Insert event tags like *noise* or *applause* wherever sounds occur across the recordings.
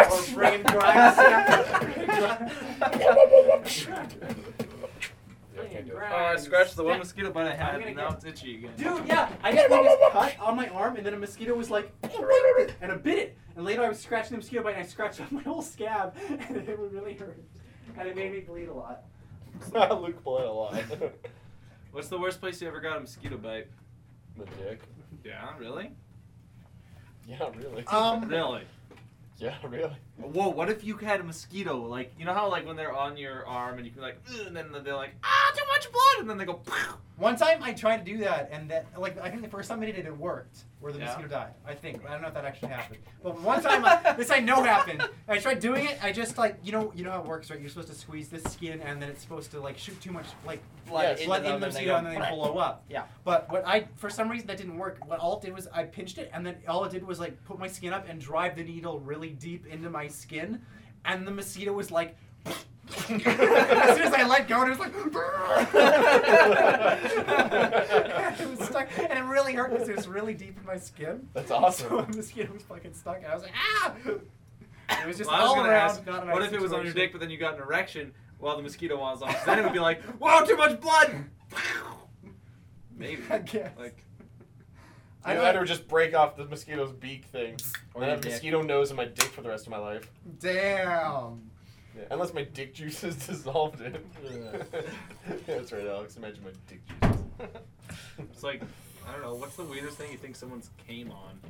Uh, spraying dry Yeah, I can't do it. Oh, I scratched the one mosquito bite I had, gonna and now get- it's itchy again. Dude, yeah, I just made this cut on my arm, and then a mosquito was like, and I bit it. And later I was scratching the mosquito bite, and I scratched up my whole scab, *laughs* and it would really hurt. And it made me bleed a lot. *laughs* Luke bled a lot. What's the worst place you ever got a mosquito bite? the dick. Yeah, really? Yeah, really. Um, *laughs* Really? yeah, really. Whoa, what if you had a mosquito? Like, you know how, like, when they're on your arm and you can, like, "Ugh," and then they're like, ah, too much blood, and then they go, Pow! One time I tried to do that, and that like I think the first time I did it, it worked, where the Yeah. mosquito died. I think I don't know if that actually happened, but one time I, *laughs* this I know happened. I tried doing it. I just like you know you know how it works, right? You're supposed to squeeze this skin, and then it's supposed to like shoot too much like Yeah, blood, into blood them, in the and they mosquito, and go then they blow up. Yeah. But what I for some reason that didn't work. What all it did was I pinched it, and then all it did was like put my skin up and drive the needle really deep into my skin, and the mosquito was like. as soon as I let go, it was like. *laughs* it was stuck, and it really hurt because it was really deep in my skin. That's So *laughs* awesome. the skin was fucking stuck, and I was like, ah! It was just Well, I was all gonna around. ask, not a nice what if it was on your dick, situation. but then *laughs* you got an erection while the mosquito was on? 'Cause Then it would be like, whoa, too *laughs* much blood. Maybe. I guess. Like, I I don't- had to just break off the mosquito's beak thing. Or Or I your have dick. mosquito nose in my dick for the rest of my life. Damn. Unless my dick juices *laughs* dissolved it. *laughs* That's right, Alex. Imagine my dick juices. it's like, I don't know, what's the weirdest thing you think someone's came on?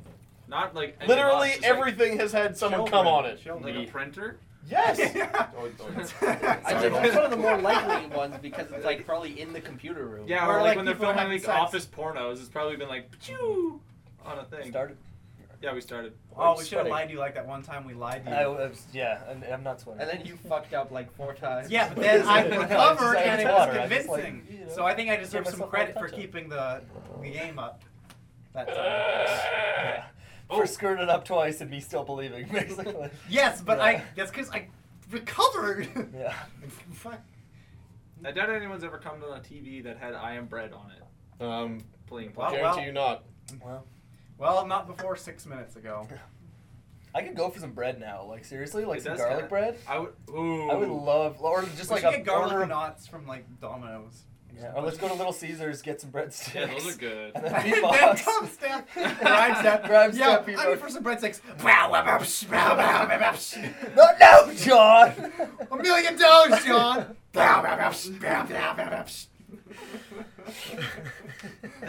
Not like any Literally loss, just, like- everything has had someone Children. come on it. Like, Children. a printer? *laughs* Yes! Yeah. *laughs* Oh, it's- I Sorry. think that's one of the more likely ones because it's like probably in the computer room. Yeah, Or, or, like, like, when they're people are having filming like sex. office pornos, it's probably been like, pachoo, on a thing. Started. Yeah, we started. Oh, we should have Sweating. lied to you like that one time we lied to you. I was, yeah, and I'm not sweating. And then you fucked up like four times. yeah, *laughs* but then I It's like- recovered and it it's was water, I just, like, convincing. you know, so I think I deserve give some myself credit a for touch-up. keeping the, the game up. That time. *laughs* Yeah. for screwing it up twice and me still believing, *laughs* basically. yes, but I Yeah. that's because I recovered. Yeah. Fuck. I doubt anyone's ever come on a TV that had I Am Bread on it. Um, Playing Wow, guarantee plastic. wow. you not. Well, Well, not before six minutes ago. I could go for some bread now. Like seriously, like It some does garlic kinda- bread. I would. Ooh. I would love, or just we like should a get garlic order of- knots from like Domino's. Yeah, or let's go to Little Caesars, get some breadsticks. Yeah, those are good. *laughs* And then And *laughs* then beatbox. Tom *laughs* *laughs* Staff grabs that. Grabs yeah, that I mean, beatbox. for some breadsticks. Wow, wow, wow, psh, wow, wow, wow, wow, psh. No, no, John. A million dollars, *laughs* John. Wow, wow, wow, psh, wow, wow, wow, wow, psh.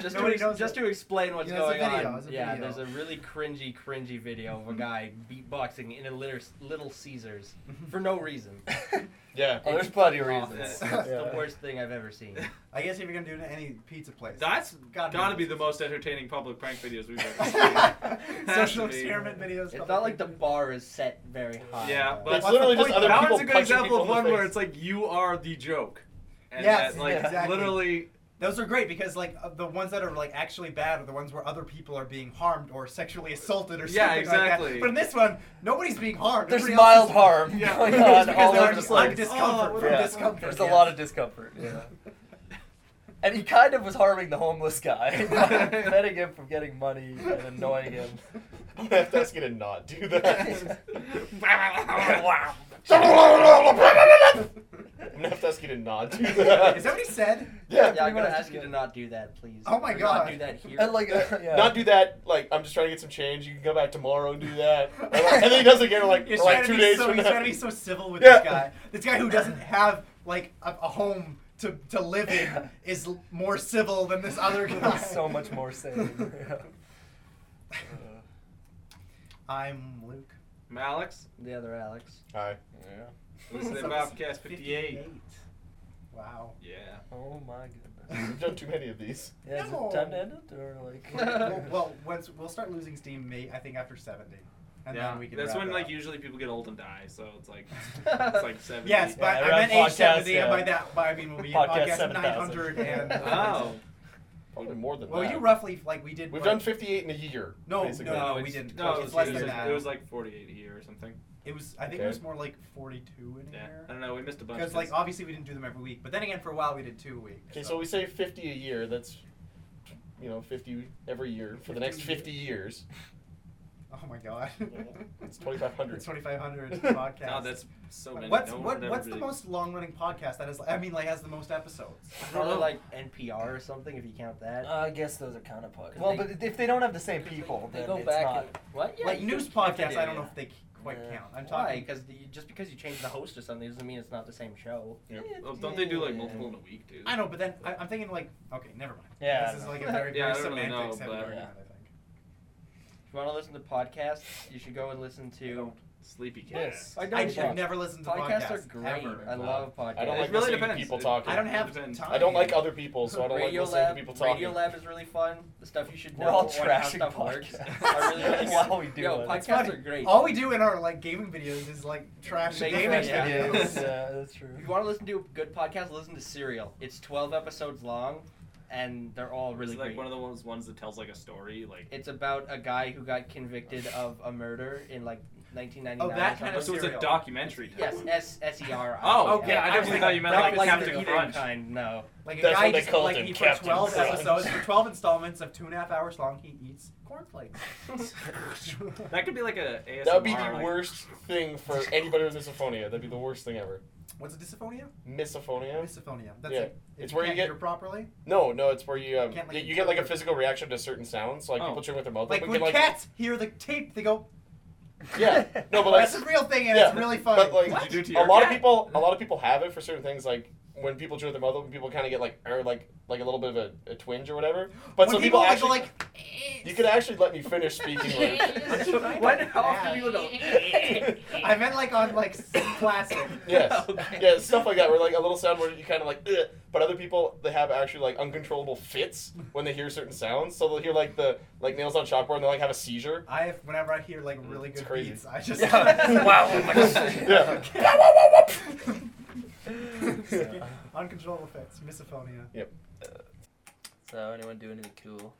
Just, to, Nobody ex- knows just it. to explain what's Yeah, it's a going video, on. it's a yeah, video. Mm-hmm. there's a really cringy, cringy video of a guy beatboxing in a litter, Little Caesars Mm-hmm. for no *laughs* reason. Yeah. Oh, there's plenty of Awful. It's reasons. Yeah. the worst thing I've ever seen. *laughs* I guess if you're gonna do it at any pizza place, That's Gotta be gotta be racist. the most entertaining public prank videos we've *laughs* ever seen. Has social to be. experiment *laughs* videos. It's not like the bar is set very high. Yeah, but It's What's literally the just point, though? other that people one's a good punching example of people in the one where face. it's like you are the joke, and Yes, that, like exactly. literally Those are great because like uh, the ones that are like actually bad are the ones where other people are being harmed or sexually assaulted or something Yeah, like that. exactly. But in this one, nobody's being harmed. There's Everybody else mild is- *laughs* harm Yeah. going It's on because all they're over the just like place. discomfort Oh, from yeah. discomfort. There's a lot of discomfort. *laughs* Yeah. *laughs* And he kind of was harming the *laughs* *laughs* homeless guy, by preventing him from getting money and annoying him. *laughs* I'm gonna have to ask you to not do that. wow. Oh I'm gonna have to ask you to not do Is that. that what he said? yeah. Yeah, I'm pretty gonna much, ask you yeah. to not do that, please. Oh my Or God. Not do that here. And like, uh, yeah. Not do that. Like, I'm just trying to get some change. You can come back tomorrow and do that. Or like- and then he does it again, like, He's for like trying two to be days so, from he's now. trying to be so civil with Yeah. this guy. This guy who doesn't have like a, a home to, to live *laughs* in is l- more civil than this other guy. *laughs* He's so much more *laughs* sane. Yeah. I'm Luke. Alex. the other Alex. Hi. *laughs* Listen to So- *laughs* Bobcast 58. Wow. Yeah. Oh my Yeah. goodness. We've *laughs* done too many of these. Yeah, is No. it time to end it or *laughs* like? well, well, once we'll start losing steam, may I think after seventy, and yeah. then we can. That's wrap when it like up. usually people get old and die, so it's like it's like 70. Yes, but Yeah, I around meant age podcast, seventy, and yeah. by that, by I mean we'll be Podcast podcast, 7,000. nine hundred *laughs* and. uh, Oh. Probably more than Well, that. you roughly like we did. We've like, done 58 in a year. No, basically. no, we it's- didn't. No, It's it was, less it was than like, that. It was like 48 a year or something. It was. I think it Okay. was more like forty-two in a Yeah. year. I don't know. We missed a bunch. Because like obviously we didn't do them every week, but then again for a while we did two a week. Okay, so we say 50 a year. That's, you know, 50 every year for the next 50 years. Oh my god. *laughs* It's 2500. It's *laughs* 2500 podcast. God, that's so many. What's No one what, would ever what's the really- most long running podcast that is I mean like has the most episodes? *laughs* Probably know. like NPR or something if you count that. Uh, I guess those are kind of pugs. well, but if they don't have the same people, they then go it's back. not. and, what? Yeah, like you news could- podcasts, you could I do, don't know yeah. if they c- quite Yeah. count. I'm Why? talking Because just because you change the host or something doesn't mean it's not the same show. Yep. Oh, don't they do like multiple in a week, dude? I know, but then I, I'm thinking like okay, never mind. Yeah, I this is know. like a very, *laughs* Yeah, I very don't really semantics know, heavy but- argument. I think. If you want to listen to podcasts, you should go and listen to. Sleepy cat. Yes. I I don't should never listen to podcasts. podcasts, are great. ever. I love podcasts. I don't like It really listening to depends. people It- talking. I don't have Depends. time. I don't like other people, so I don't like Radio listening Lab- to people talking. Radio Lab is really fun. The stuff you should We're know. all on how trashing stuff works. podcasts. *laughs* I really like While it. we do Yo, it. It's podcasts funny. are great. All we do in our like gaming videos is like trash Make gaming fun, yeah. *laughs* videos. yeah, that's true. If you want to listen to a good podcast, listen to Serial. It's 12 episodes long, and they're all really It's like great. one of those ones that tells like a story, like. It's about a guy who got convicted of a murder in like 1999. Oh, that or kind something. of so it's a serial. documentary. type Yes, one. *laughs* S S E R I. Oh, okay, I don't definitely think thought you meant not like Captain the Crunch. kind. No, Like a That's guy what they just called like him, he, for Captain twelve Crunch. episodes, for twelve installments of two and a half hours long, he eats cornflakes. *laughs* That could be like a ASMR. That would be the like- worst thing for anybody with misophonia. That'd be the worst thing ever. What's a dysophonia? Misophonia? Misophonia. That's Yeah. like if It's where you can't get- hear properly. No, no, it's where you um, Can't, like, you, you get like a interpret. physical reaction to certain sounds. Like Oh. people chewing with their mouth Like open. when can, like, cats hear the tape, they go. *laughs* "Oh, Yeah, *laughs* no, but like that's a real thing, and yeah, it's really funny. But like What did you do to a your lot of cat? people, a lot of people have it for certain things. Like when people chew with their mouth open, people kind of get like or like like a little bit of a, a twinge or whatever. when But some people, people, like, go actually, like, "Eh, you could actually let me finish speaking. *laughs* like, *laughs* What? How often do you *laughs* go? I meant like on like s- plastic. Yes. *laughs* Okay. Yeah, stuff like that. Where like a little sound where you kind of like, Ugh. but other people they have actually like uncontrollable fits when they hear certain sounds. So they'll hear like the like nails on chalkboard and they will like have a seizure. I have whenever I hear like really It's good crazy. beats, I just *laughs* Yeah. Wow, oh my God. yeah. *laughs* Uncontrollable effects, misophonia. *laughs* So anyone do anything cool?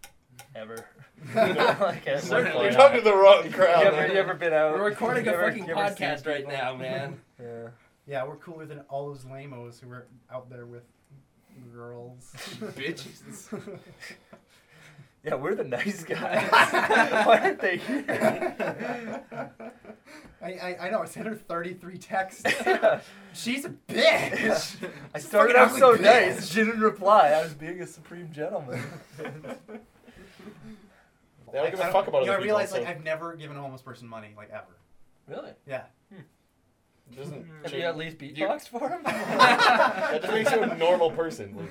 *laughs* Ever? Like, *laughs* okay, Certainly You're talking to the wrong You crowd. ever, man. you ever been out? we're recording you a ever- fucking you ever seen podcast right people? now, man. *laughs* Yeah. Yeah, we're cooler than all those lamos who are out there with girls. *laughs* Bitches. Yeah, we're the *laughs* nice guys. *laughs* *laughs* Why aren't they here? *laughs* I, I, I know, I sent her 33 texts. *laughs* Yeah. She's a bitch! *laughs* I She's a started fucking off so ugly bitch. nice, she didn't reply. I was being a supreme gentleman. They don't give I a don't- fuck about you know, other I people. realized, so like, I've never given a homeless person money, like, ever. really? it doesn't Have you change- at least You- beatboxed for *laughs* him? that just makes you a normal person. Like,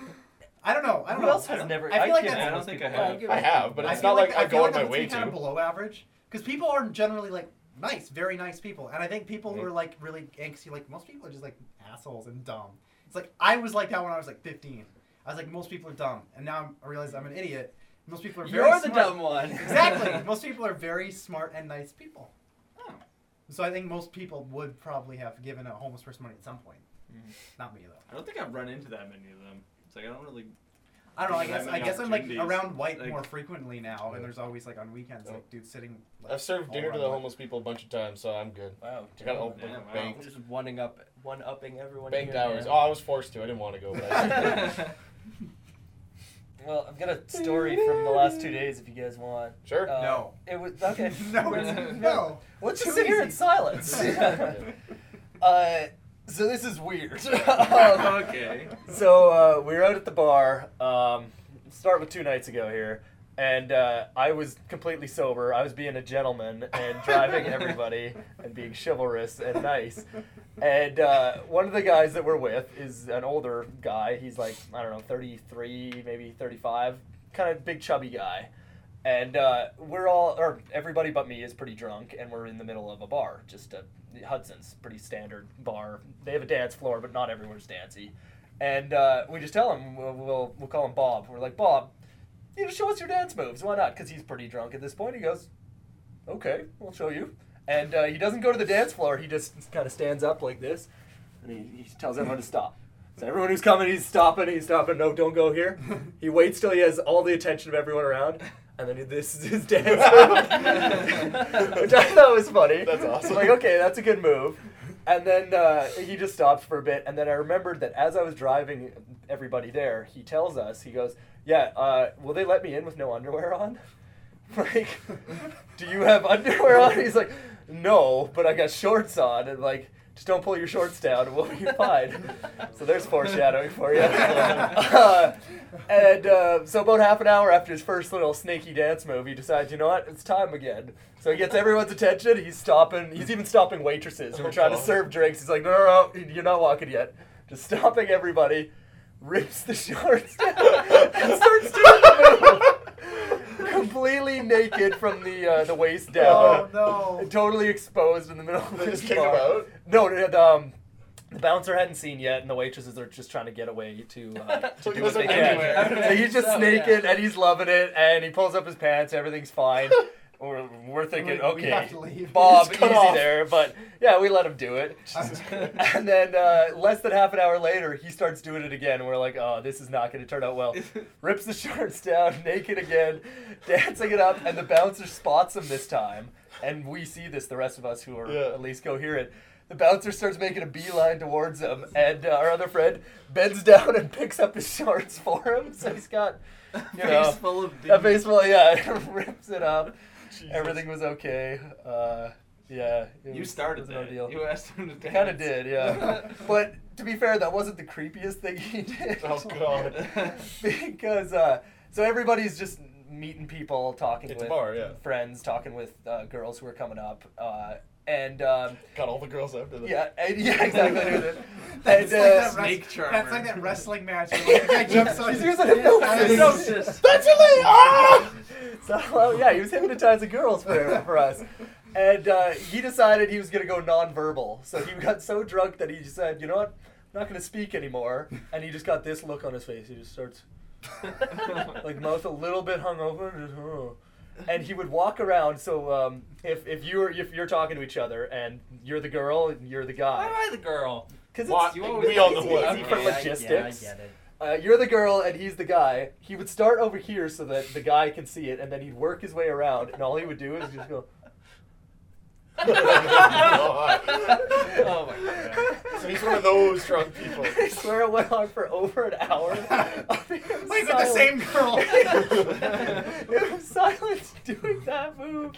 I don't know. I don't Who know. else has never? I feel like can't that's- I don't homeless think I people. have. give a- I have, but I it's feel not like, I feel go out like of my that's way kind of to. below average because people are generally like nice, very nice people, and I think people who Mhm. are like really angsty, like most people are just like assholes and dumb. It's like I was like that when I was like 15. I was like most people are dumb, and now I'm, I realize I'm an idiot. Most people are very You're the smart. dumb one. *laughs* exactly. most people are very smart and nice people. Oh. So I think most people would probably have given a homeless person money at some point. Mhm. Not me though. I don't think I've run into that many of them. It's like I don't really. I don't know. I Because guess that I many guess I'm like opportunities, around white like- more frequently now, Yeah. and there's always like on weekends Yeah. like dudes sitting. Like, I've served all dinner to around the white- homeless people a bunch of times, so I'm good. Wow. I got all Yeah, wow. banked, Just one up, one upping everyone. banked here, hours. man. Oh, I was forced to. I didn't want to go. But *laughs* I did. *laughs* Well, I've got a story from the last two days if you guys want. sure. Uh, *laughs* No. It was okay. *laughs* No, *laughs* Where's- no. We'll just Too sit here in easy. *laughs* *laughs* silence. Yeah. uh, so this is weird. *laughs* Um, okay. so uh, we were out at the bar. Um, start with two nights ago here, and uh, I was completely sober. I was being a gentleman and driving everybody and being chivalrous and nice. And uh, one of the guys that we're with is an older guy. He's like I don't know, thirty three, maybe thirty five, kind of big chubby guy. And uh, we're all, or everybody but me is pretty drunk, and we're in the middle of a bar, just a Hudson's pretty standard bar. They have a dance floor, but not everyone's dancy. And uh, we just tell him we'll, we'll we'll call him Bob. We're like Bob, you know, show us your dance moves. Why not? Because he's pretty drunk at this point. He goes, okay, we'll show you. And uh, he doesn't go to the dance floor. He just kind of stands up like this, and he, he tells everyone to stop. So everyone who's coming, he's stopping. He's stopping. No, don't go here. He waits till he has all the attention of everyone around, and then this is his dance *laughs* move, which I thought was funny. That's awesome. Like, okay, that's a good move. And then uh, he just stopped for a bit, and then I remembered that as I was driving everybody there, he tells us, he goes, "Yeah, uh, will they let me in with no underwear on?" *laughs* like, do you have underwear on? He's like, no, but I got shorts on. And like, just don't pull your shorts down and we'll be fine. so there's foreshadowing for you. *laughs* Uh, and uh, so about half an hour after his first little snaky dance move, he decides, you know what, it's time again. So he gets everyone's attention. He's stopping. He's even stopping waitresses who are trying to Oh. serve drinks. He's like, no, no, no, you're not walking yet. Just stopping everybody. Rips the shorts down *laughs* and starts doing the move. Completely naked from the uh, the waist down. Oh no. Totally exposed in the middle of They this just kicked him bar. out? No, it- um, the bouncer hadn't seen yet, and the waitresses are just trying to get away to, *laughs* uh, to So he do what they wasn't can. anywhere. So he's just So, snaking, and he's loving it, and he pulls up his pants. *laughs* Everything's fine. We're, we're thinking, We- we okay, have to leave. Bob, It's easy cut off. there, but yeah, we let him do it. *laughs* and then uh, less than half an hour later, he starts doing it again. We're like, oh, this is not going to turn *laughs* out well. Rips the shorts down, *laughs* naked again, dancing it up, and the bouncer spots him this time. And we see this, the rest of us who are Yeah. at least coherent. The bouncer starts making a beeline towards him, and uh, our other friend bends down and picks up his shorts for him. So *laughs* he's got you know, Face full of a beans. face full, of- yeah, *laughs* rips it up. Jesus. Everything was okay. Uh, yeah. it You was- started it was an that. ordeal. You asked him to I kind of *laughs* did, yeah. but to be fair, that wasn't the creepiest thing he did. *laughs* Oh, God. *laughs* because uh, so everybody's just meeting people, talking It's a with bar, yeah. friends, talking with uh, girls who are coming up, uh, and um, Got all the girls after that. yeah, and, *laughs* yeah, exactly. and, uh, That's like that Snake wrest- charmer. That's like that wrestling match. *laughs* where the guy jumps on He's his using *laughs* hypnosis. Hypnosis. That's illegal. *laughs* Ah! So well, yeah, he was hypnotizing girls for, for us, and uh, he decided he was gonna go nonverbal. So he got so drunk that he said, "You know what? I'm not gonna speak anymore." And he just got this look on his face. He just starts *laughs* *laughs* like mouth a little bit hungover, and just, "Oh." and he would walk around. So um, if if you're if you're talking to each other and you're the girl and you're the Why guy, am I the girl? because Why- it's You we all know it's what. easy for Okay, logistics. Yeah, I get it. Uh, you're the girl and he's the guy. He would start over here so that the guy can see it, and then he'd work his way around, and all he would do is just go. oh my god. So he's one of those drunk people. *laughs* I swear it went on for over an hour. *laughs* Wait, Wait, with the same girl. *laughs* it was silence *laughs* doing that move.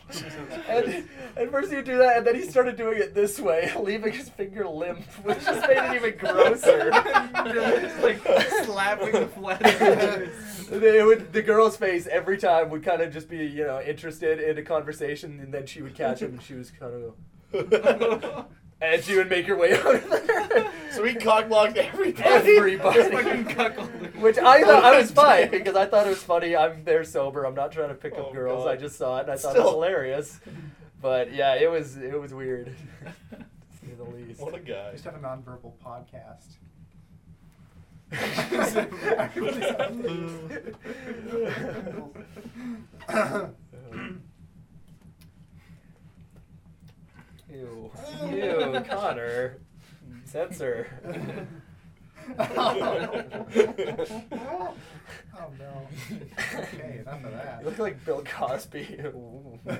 And, and first he would do that, and then he started doing it this way, *laughs* leaving his finger limp, which just made it even *laughs* grosser. Just like slapping the flesh. They would, the girl's face every time would kind of just be, you know, interested in a conversation, and then she would catch him, and she was kind of, *laughs* *laughs* and she would make her way out of there. so he cockblocked everybody. *laughs* Fucking everybody. *laughs* cuckold. Which I thought I was fine because I thought it was funny. I'm there sober. I'm not trying to pick Oh, up girls. God. I just saw it and I thought it Still. was hilarious. But yeah, it was it was weird. *laughs* to say the least. What a guy. Just have a nonverbal podcast. Ew. Ew, Connor. *laughs* Censor. oh no. Okay, enough of that. You look like Bill Cosby. Ooh. Well,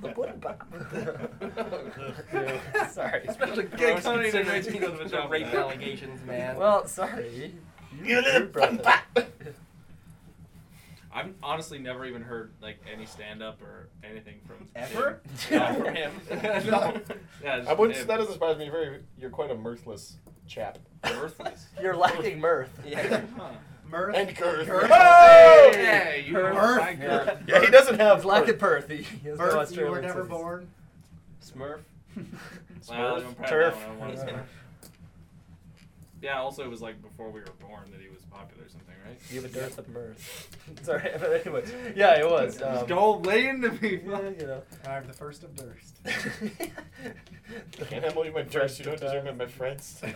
the butt bop. *laughs* Sorry. Especially Gross, gross considering considering it's because of the rape *laughs* Yeah. allegations, man. Well, sorry. You little brought it. I've honestly never even heard like any stand up or anything from *laughs* Ever? *laughs* Yeah, from him. *laughs* No. Yeah, just I wouldn't. him. That doesn't surprise me. Very, you're quite a mirthless chap. Worthless. You're lacking *laughs* mirth. Yeah. Huh. Mirth. And curve. Girth. Oh! Hey, you Perth. are my girl. Girth. Yeah, he doesn't have. He's lacking Perth. He he has no Mirth, you Australian were never citizens. born. *laughs* Smurf. Wow, Smurf, I'm proud turf. Of that one. I want a Smurf. Yeah, also it was like before we were born that he was popular or something, right? You have a dearth of mirth. *laughs* Sorry, but anyway. Yeah, it was. Um, Just don't lay into me. *laughs* *laughs* yeah, you know. I'm the *laughs* first of Durst. *laughs* Can't handle you, my friends. You don't deserve it, my friends. the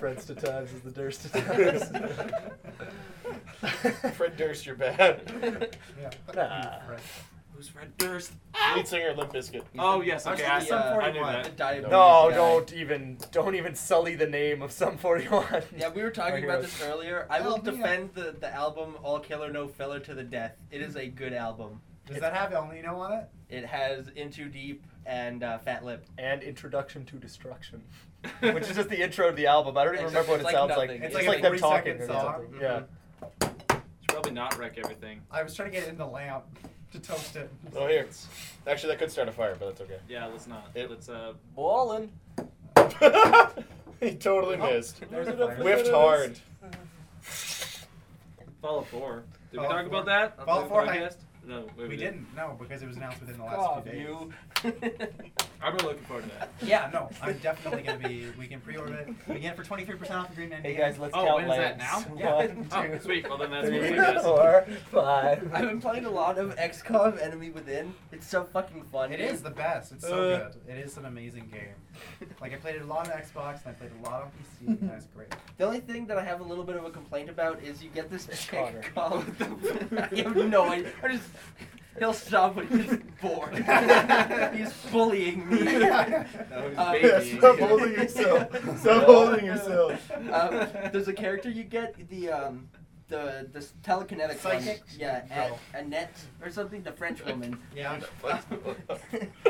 Friends to times is the Durst *laughs* to times. Fred Durst, you're bad. *laughs* Yeah. fuck Nah. you, Fred. Who's Fred Durst? Lead singer of Limp Bizkit. Oh yes, okay, I, Actually, saw- uh, I knew The that. diabetes No, guy. don't even don't even sully the name of some 41. Yeah, we were Our talking heroes. about this earlier. I will Help me out. defend the, the album All Killer No Filler to the death. It is a good album. Does that have El Nino on it? It has Into Deep and uh, Fat Lip. And Introduction to Destruction, *laughs* which is just the intro to the album. I don't even remember what it It's like sounds nothing. like. It's It's like like, a them 40-second talking or song. something. Yeah. probably not wreck everything. I was trying to get it in the lamp to toast it. Oh, here. Actually, that could start a fire, but that's okay. Yeah, let's not. It- Let's uh. *laughs* Ballin'. *laughs* he totally Oh, missed. there's a fire. Whiffed hard. Fallout 4. Did we Fallout talk 4. about that? on Fallout the 4, I- podcast? No, wait, We didn't, no, because it was announced within the last God, few days. you. *laughs* I'm really looking forward to that. Yeah, no, I'm definitely gonna be. We can pre-order it. We get it for 23% off the Green Man. hey guys, let's Oh, count when is that legs. *laughs* now? Yeah. One, Oh, two, sweet. Well, then that's what we three, guess. *laughs* four, five. *laughs* I've been playing a lot of XCOM Enemy Within. It's so fucking fun. It dude. is the best. It's so Uh. good. It is an amazing game. Like I played it a lot on Xbox and I played a lot on PC. And that's great. *laughs* The only thing that I have a little bit of a complaint about is you get this chick Connor. called. *laughs* I have no idea. I just. He'll stop when he's *laughs* bored. *laughs* he's bullying me. *laughs* No, he's Uh, *laughs* baby. *laughs* Stop holding *laughs* yourself. Stop holding yourself. Um, there's a character you get the um, the the telekinetic one. Psychic? Yeah, No. A- Annette or something. The *laughs* French woman. Yeah. *laughs*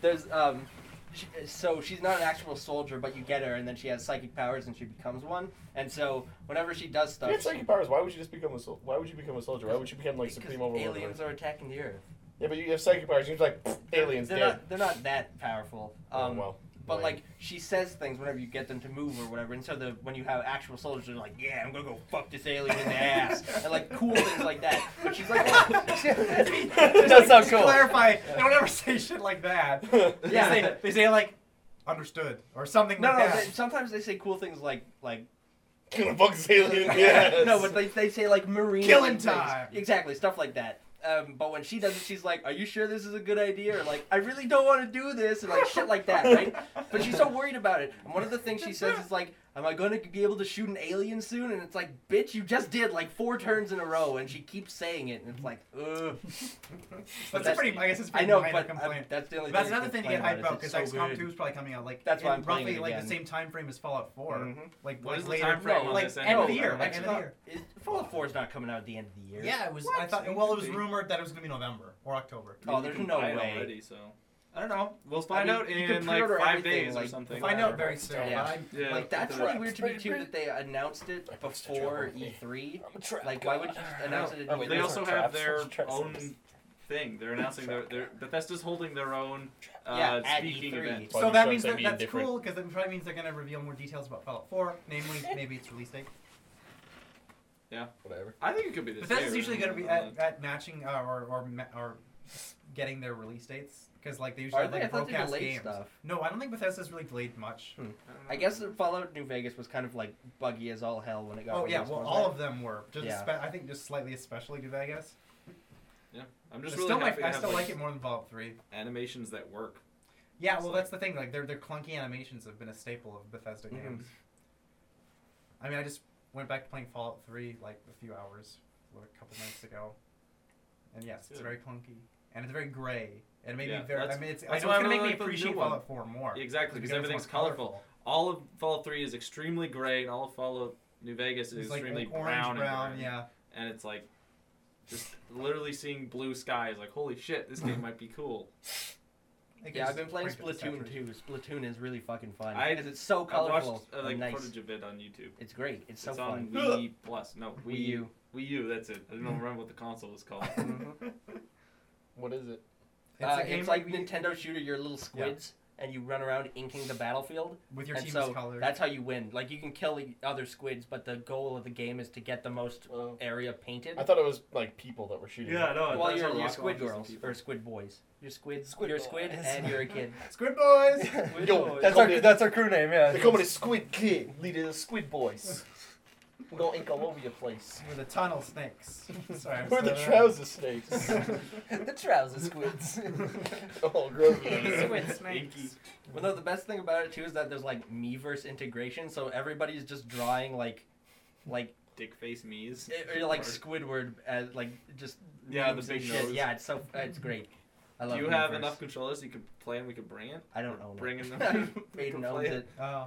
There's um, sh so she's not an actual soldier, but you get her, and then she has psychic powers, and she becomes one. And so whenever she does If stuff, you had psychic powers, why would you just become a sol- Why would you become a soldier? Why would you become like because supreme overlord? or aliens whatever? are attacking the Earth. Yeah, but you have psychic powers. You're just like *sniffs* aliens They're dead. not. They're *laughs* not that powerful. Oh, Um, well, But lame. like she says things whenever you get them to move or whatever, and so the when you have actual soldiers, they're like, "Yeah, I'm gonna go fuck this alien in the ass," and like cool things like that. But *laughs* she's like, *laughs* Just, like, "That's just Clarify. Don't ever say shit like that. *laughs* Yeah. They *laughs* say, they say like, understood or something No, like no. that. They, sometimes they say cool things like like Gonna fuck this *laughs* alien. Yes. no, but they, they say like marine Killing things. time. exactly stuff like that. Um, but when she does it, she's like, "Are you sure this is a good idea?" Or like, "I really don't want to do this," and like shit like that, right? But she's so worried about it. And one of the things she says is like, "Am I going to be able to shoot an alien soon?" And it's like, "Bitch, you just did like four turns in a row," and she keeps saying it, and it's like, "Ugh." that's, that's- a pretty. I guess it's a I pretty know, minor but um, complaint. that's the only. That's thing I another thing to complain get hyped about about is because it's so XCOM good. 2 is probably coming out like That's why in I'm playing roughly it like the again. same time frame as Fallout 4. Mhm. Like What like is the later, time frame No, on like, this? end anyway? of the year, No, like end of the year. Is, Fallout 4 is not coming out at the end of the year. Yeah, it was. I What? thought. Well, it was Maybe. rumored that it was gonna be November or October. Oh, there's You can no buy it way. Already, so. I don't know. We'll find mean, out you can in like pre-order five everything, days like, or something. Find out very soon. Yeah. but I'm- Yeah. Like that's Right. really weird to me too that they announced it I posted a before E job on me. E3. I'm a trap Like uh, why would you just announce it Oh, at wait, They E3? Those also are have traps. their Those are traps. own thing. They're announcing their, their Bethesda's holding their own Yeah, uh, at E speaking E3. event. Why So do that some means say that be that's indifferent? cool because it probably means they're gonna reveal more details about Fallout 4, namely maybe its release date. Whatever. I think it could be this. Bethesda's year, usually isn't gonna be at, it? at matching uh, or or ma- or getting their release dates because like they usually Are have, they? like I thought they broadcast delayed games. stuff. Hmm. No, I don't think Bethesda's really delayed much. I guess the Fallout New Vegas was kind of like buggy as all hell when it got Oh yeah, released, well wasn't all it? of them were. Just Yeah. spe- I think just slightly especially do that, I guess. Yeah, I'm just I really still, happy like, to I have, still like, like it more than Fallout 3. animations that work. Yeah, It's well like- that's Mm-hmm. the thing. Like their their clunky animations have been a staple of Bethesda Mhm. games. I mean, I just went back to playing Fallout 3 like a few hours, like, a couple nights ago, and yes, it's Good. very clunky and it's very gray. And it made Yeah, me very. I that's- mean, it's, I know that's it's why I gonna really make me like the new appreciate one. Fallout 4 more. Exactly, because it's everything's more colorful. All of Fallout 3 is extremely gray, and all of Fallout New Vegas is It's like extremely orange, brown, brown, and, gray. yeah. and it's like just literally seeing blue sky is like, holy shit, this *laughs* game might be cool. I think Yeah, it's I've been playing cranked up the Splatoon *laughs* saturation. 2. Splatoon is really fucking fun. I- Because it's so I watched colorful uh, like and nice. footage of it on YouTube. It's great. It's so it's on *laughs* fun. Wii Plus. No, Wii, Wii U. Wii U. That's it. I don't *laughs* remember what the console was called. *laughs* What is it? It's Mm-hmm. uh, a game it's like where you- Nintendo shooter, you're little squids, and you run around inking the battlefield. with your and team's so colors. that's how you win. Like you can kill the other squids, but the goal of the game is to get the most Oh. area painted. I thought it was like people that were shooting. yeah, no. Well, you're, you're squid girls or squid boys. You're squid. Squid you're a squid, boys. and you're a kid. Squid *laughs* Boys. *laughs* Yo, That's Call me- our that's our crew name. Yeah. They call me the Squid Kid, leader of the Squid Boys. We're gonna ink all over your place. We're the tunnel snakes. Sorry, I'm We're so the bad. *laughs* *laughs* trouser snakes. the *laughs* *laughs* trouser squids. oh, gross. *laughs* Squid snakes. Inky. well, no, the best thing about it too is that there's like Miiverse integration, so everybody's just drawing like, like Dick face me's. *laughs* or like Or- Squidward as like just Yeah, the memes and big shit. nose. Yeah, it's so it's great. I Do love you have Miiverse. enough controllers you could play and we could bring it? I don't know. Bring *laughs* in them. *laughs* We Aiden could owns play it. Oh,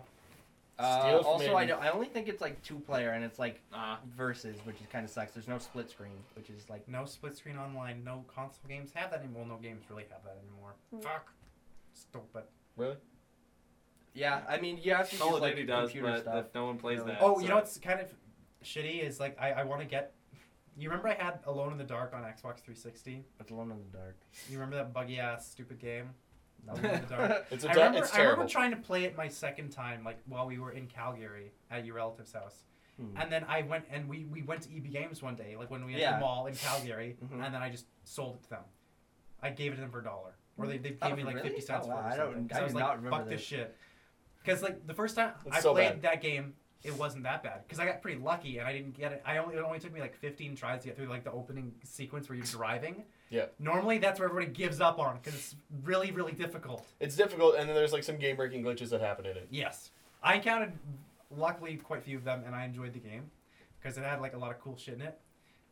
Uh, Steal from also, I, Aiden. don't, I only think it's like two player, and it's like Ah, versus, which is kind of sucks. There's no split screen, which is like no split screen online. No console games have that anymore. Well, no games really have that anymore. Fuck. Stupid. yeah. I mean, you have to Call use of like Duty does, computer but stuff. that no one plays Really. that. Oh, you so- know what's kind of shitty is like I, I want to get You remember I had Alone in the Dark on Xbox 360? It's Alone in *laughs* the Dark. You remember that buggy ass stupid game? Alone in the Dark. It's a I de- remember, it's I remember terrible. trying to play it my second time, like while we were in Calgary at your relative's house. Hmm. And then I went and we, we went to EB Games one day, like when we had Yeah. the mall in *laughs* Calgary, Mhm. and then I just sold it to them. I gave it to them for a dollar. Or they, they gave Oh, me like really? 50 cents Oh, wow. for it. or I don't- something. 'Cause I was do like, not remember fuck this this. shit. Because like the first time It's I so played bad. that game, it wasn't that bad. Because I got pretty lucky and I didn't get it. I only it only took me like 15 tries to get through like the opening sequence where you're *laughs* driving. Yeah. Normally that's where everybody gives up on because it's really really difficult. It's difficult, and then there's like some game breaking glitches that happen in it. Yes, I encountered luckily quite a few of them, and I enjoyed the game because it had like a lot of cool shit in it.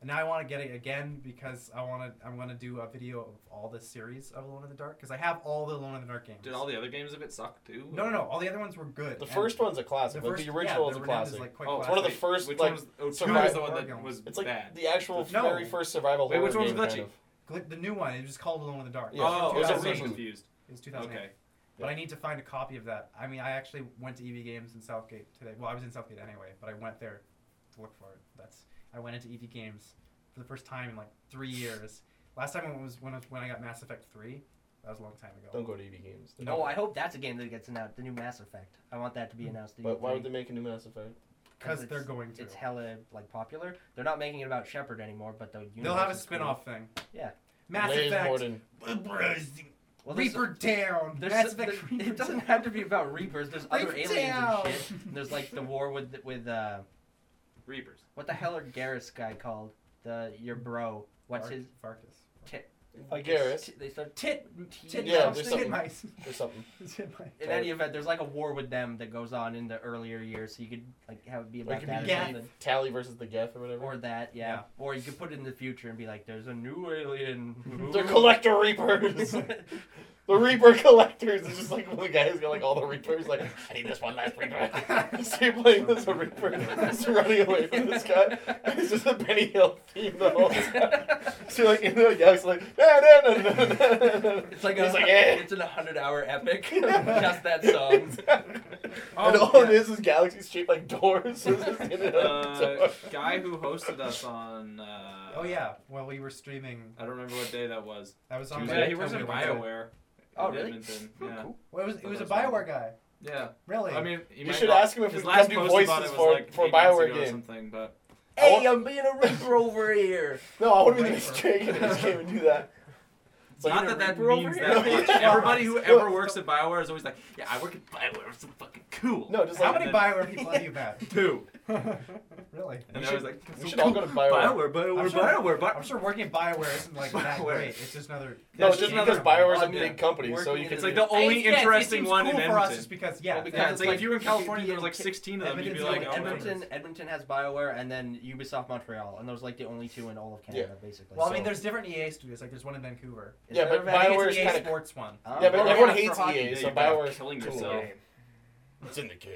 And now I want to get it again because I want to. I'm going to do a video of all the series of Alone in the Dark because I have all the Alone in the Dark games. Did all the other games of it suck too? no, no, no. All the other ones were good. The and first one's a classic. the like first- the original yeah, is the a original classic. like, quite Oh, it's one of the classic. wait, first, Which like, one was, oh, two survival- was the one that Oregon. was it's like bad. the actual No. very first survival Wait, horror which one was game, kind glitchy? of. Gl- the new one. It was just called Alone in the Dark. Yeah. Oh, It was okay, a I'm version. confused. It was 2008. Okay. But I need to find a copy of that. I mean, I actually went to EV Games in Southgate today. Well, I was in Southgate anyway, but I went there to look for it. That's I went into EV Games for the first time in like three years. Last time it was when I, when I got Mass Effect three. That was a long time ago. Don't go to EV Games. No. Oh, I hope that's a game that gets announced. The new Mass Effect. I want that to be announced. at Hmm. But why E3. would they make a new Mass Effect? Because it's- they're going to. It's hella like popular. They're not making it about Shepard anymore, but the They'll universe have a is cool. spin-off thing. Yeah. Mass Lays Effect. Morden. Well, there's- Reaper down. There's Mass so- there- Effect. Reaper it doesn't down. have to be about Reapers. There's other Reaper aliens down. and shit. And there's like the war with with uh, Reapers. *laughs* what the hell are Garrus guy called? The your bro. What's Fark- his Farkas. Garrus. They start Tit. T- Tit. Yeah, mouse. there's Tit something. mice. or something. Tit mice. In any event, there's like a war with them that goes on in the earlier years, so you could like have it be Like about it could that or be Yeah. something. Tally versus the Geth or whatever. Or that, yeah. Yeah. Or you could put it in the future and be like, "There's a *laughs* new alien." *laughs* They're collector reapers. *laughs* the reaper collectors. It's just like the guy who's got like all the reapers. Like I need this one last reaper. *laughs* so you're playing as a reaper, just running away from this guy. And it's just a Benny Hill theme *laughs* the whole *laughs* *laughs* time. So you're like in the galaxy, like no no no no no. no. It's like a, *laughs* it's like eh. it's an 100 hour *laughs* epic, just that *laughs* song. and Oh, all it yeah. is is galaxies shaped like doors. *laughs* So it's just in and out. Uh, guy who hosted us on. Uh, Oh yeah. Well, we were streaming. I don't remember what day that was. I was on. Tuesday. my- Yeah, he works on in my website. BioWare. Oh, in really? Edmonton, Yeah. Well, it was it was a Those ones. Bioware guy. Yeah. Really? I mean, you, You might should not- ask him if his we last can do post about voices it was for- like for eight months Bioware ago or game. something, but I *laughs* hey, want- I'm being a reaper over *laughs* here. no, I want to be the next Drake in this game and do that. It's like, not "You're that a that reaper over means here." that *laughs* much. Yeah. Everybody who ever works at Bioware is always like, "Yeah, I work at Bioware. It's so fucking cool." No, just how like many Bioware people *laughs* have you met? two. really? And We I was should- like, we should all go to Bioware. Bioware, I'm sure- Bioware, Bioware." I'm sure working at Bioware isn't like that Bioware. great. It's just another. No, That's it's just just because another- Bioware's a I'm, yeah, big company, so working you in can. It's like the only It's- yeah, it interesting seems one cool in for us Edmonton. just because yeah. Well, because Yeah, it's like if you were in It could California, be there was in like Ca- 16 of them. You'd be Edmonton's like, the "Oh, only whatever." Edmonton. Edmonton, Edmonton has Bioware, and then Ubisoft Montreal, and those are like the only two in all of Canada, basically. well, I So- mean, there's different EA studios. Like there's one in Vancouver. Is Yeah, there but a- I think Bioware's it's an EA kinda- Sports one. Oh. Yeah, but Well, everyone that's hates for hockey. EA, Yeah, so you're kind of Bioware's killing cool. yourself. It's in the game.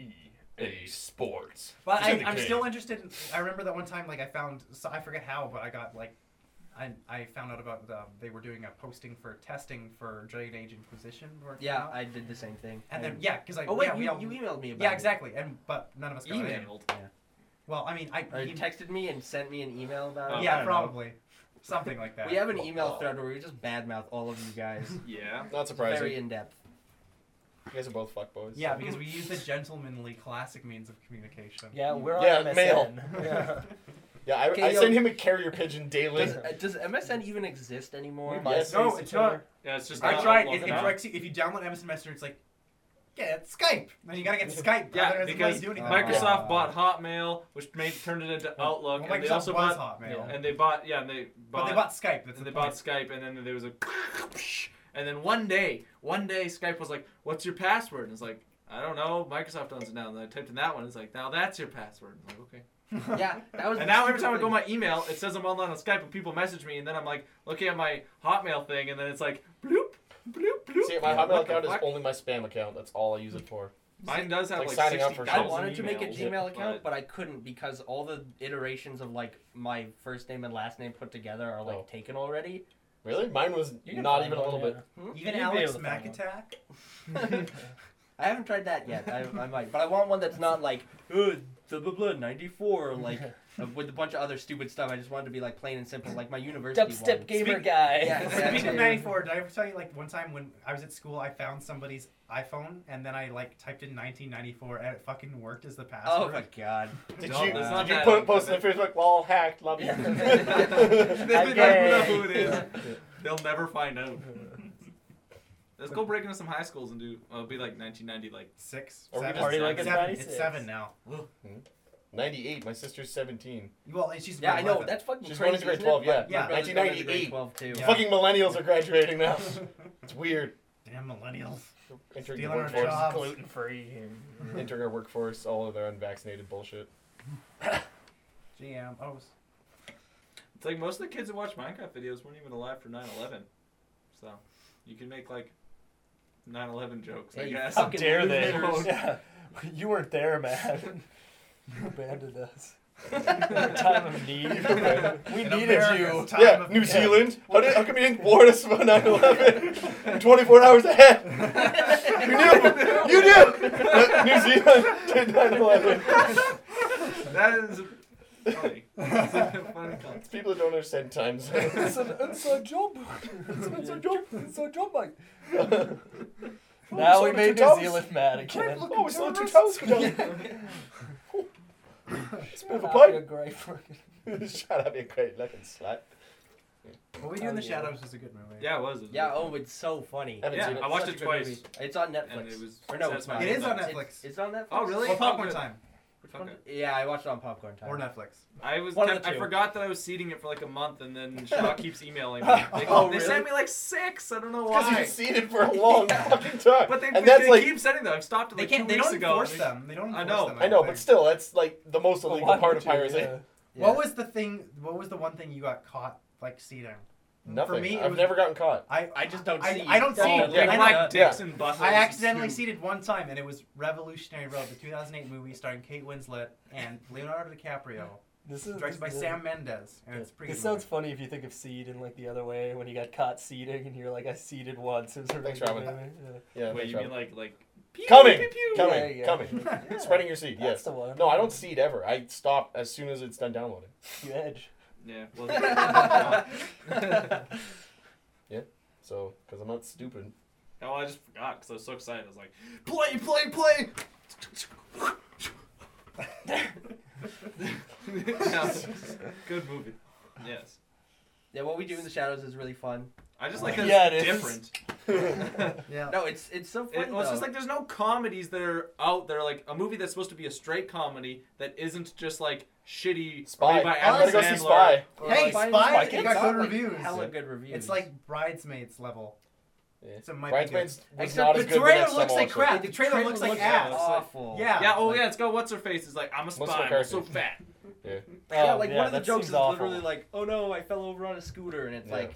EA Sports. But It's in I, the I'm game. still interested. In, I remember that one time, like I found, so I forget how, but I got like, I, I found out about the, they were doing a posting for testing for Dragon Age Inquisition. Or yeah, I did the same thing. and then I- yeah, because like oh wait, yeah, you, we all, you emailed me about yeah, it. exactly. And but none of us got it. Emailed. Well, I mean, I Or you em- texted me and sent me an email about it. I yeah, don't know. probably something like that. We have an email thread where we just badmouth all of you guys. Yeah. Not Very surprising. in depth. You guys are both fuckboys. *laughs* Yeah, because we use the gentlemanly classic means of communication. Yeah, we're on Yeah, MSN. mail. *laughs* Yeah. *laughs* Yeah, I, Okay, I yo- send him a carrier pigeon daily. Does, uh, does MSN even exist anymore? Yeah. Yes. No, it's not. Yeah, it's just. I not tried. uploaded It, it now. directs you. If you download MSN Messenger, it's like, yeah, it's Skype. Then you gotta get Skype. *laughs* Yeah, otherwise it doesn't because do anything. Oh. Microsoft Uh, bought Hotmail, which made turned it into Well, Outlook, and they Microsoft also was bought Hotmail, and they bought yeah, and they but bought, they bought Skype. That's and the they bought point. Skype, and then there was a *laughs* and then one day, one day Skype was like, "What's your password?" And it's like, "I don't know." Microsoft owns it now. And then I typed in that one. It's like, "Now that's your password." I'm like, okay. Yeah, *laughs* that was. And the now every stupid time I go thing. on my email, it says I'm online on Skype, and people message me, and then I'm like looking at my Hotmail thing, and then it's like bloop, bloop, bloop. *laughs* See, my Yeah, what Hotmail the account is fuck? only my spam account. That's all I use it for. Mine does have like like, signing up for shit. I 60,000 wanted to make a emails, Gmail account, but- but I couldn't because all the iterations of like my first name and last name put together are like Oh. taken already. Really? Mine was You can not find even a one, little bit. Even You'd be Alex able to find one. McAttack. *laughs* I haven't tried that yet. I, I might, but I want one that's not like "Ooh, blah blah blah ninety four like uh, with a bunch of other stupid stuff. I just wanted to be like plain and simple, like my university. one. Dubstep gamer guy. Yeah, exactly. Speaking of 94, did I ever tell you, like, one time when I was at school, I found somebody's iPhone, and then I, like, typed in 1994, and it fucking worked as the Oh password. my *laughs* god. Did No, you, it's did not you that put, old, post on but- Facebook, lol, hacked, love *laughs* *laughs* you. they don't *laughs* know who it is. They'll never find out. Let's go break into some high schools and do. Well, it'll be like 1990, like Six, Or we seven, party like it's seven. 96. It's seven now. 98, my sister's 17. Well, and she's Yeah, I know. 11. That's fucking She's going crazy. into grade isn't it? 12, yeah. My Yeah. brother's going into grade 1998. 12 too. Yeah. Fucking millennials are *laughs* graduating now. It's weird. Damn millennials. Entering the Stealing our workforce, jobs. Gluten free. entering our workforce, all of their unvaccinated bullshit. GMOs. it's like most of the kids that watch Minecraft videos weren't even alive for 9/11, so you can make like 9/11 jokes, I Hey, guess. How Fucking dare they? losers. *laughs* Yeah. You weren't there, man. You abandoned us. In a *laughs* time *laughs* *laughs* of need. We In needed America's you. time yeah, of- New Zealand. How, did, how come you didn't warn us about *laughs* 9 11? 24 hours ahead. *laughs* you knew. You knew. *laughs* *laughs* New Zealand did 9 11. that is funny. *laughs* *laughs* *laughs* It's a funny concept. People that don't understand time zones. It's, a, it's a job. It's, it's a job. It's a job, mate. Oh, *laughs* *laughs* Now we we made New sold it to Zealand mad again. oh, we still two towels go down. *laughs* It's been a a pipe. *laughs* great fucking. *laughs* Shut up, you great looking slut. What we do in the Oh, yeah. shadows was a good movie. Yeah, it was. It was Yeah, oh, it's so funny. Haven't Yeah, seen it. I watched Such it a good twice. movie. It's on Netflix. and it was. Or no, it's not. satisfying. It is on Netflix. It's, it's on Netflix. Oh really? Well, popcorn Oh, good. time. Which Okay. one? Yeah, I watched it on Popcorn Time. Or Netflix. I was. One of Kept, the I two. forgot that I was seeding it for like a month, and then *laughs* Shaw keeps emailing me. They, Oh, they really? sent me like six. I don't know Because why. you've seen it for a long fucking time. But they, and they that's like, keep sending them. I've stopped it They like can't. two They weeks don't ago. enforce They- them. They don't. I Enforce know. Them, I know, think. but still, that's like the most illegal Why part would of you, piracy. yeah. Yeah. What was the thing? What was the one thing you got caught like seeding? Nothing. For me, it I've was- never gotten caught. I I just don't I, see. I don't see. Oh, it. yeah. They I, like don't- know. dicks and buses. I accidentally It's seeded one time, and it was Revolutionary Road, the 2008 movie starring Kate Winslet and Leonardo DiCaprio, This is directed by this- Sam Mendes, and it's a pretty. It good sounds movie. funny if you think of seed in like the other way when you got caught seeding and you're like, I seeded once. It was a really Thanks, good Robin. movie. Yeah, Wait, thanks, you mean Robin. like like? pew, Coming! pew, pew. Coming! Yeah, yeah. *laughs* Coming! Yeah. Yeah. Spreading your seed, That's yes. the one. No, I don't seed ever. I stop as soon as it's done downloading. You edge. Yeah. Well, *laughs* *laughs* So, because I'm not stupid. oh, I just forgot because I was so excited. I was like, play, play, *laughs* play. Yeah, Good movie. Yes. Yeah, what we do in the shadows is really fun. I just Uh, like that Yeah, it's it is. different. Yeah. No, it's it's so funny. It, well, it's just though. like there's no comedies that are out there like a movie that's supposed to be a straight comedy that isn't just like shitty Spy. made by I'm gonna Adam go see Sandler. Spy. Or, Hey, like, Spy! Spy it Kids got got, good like, reviews. Hella good reviews. It's like Bridesmaids level. Yeah. So it might be good. Bridesmaids was Except not the as good. trailer the next looks time like also. crap. The trailer looks like ass. awful. Yeah. Yeah. Oh yeah. It's got what's her face. It's like I'm a Melissa spy. I'm so McCarthy. *laughs* fat. Yeah, Oh, like one of the that jokes seems is awful. literally like, "Oh no, I fell over on a scooter," and it's Yeah. like,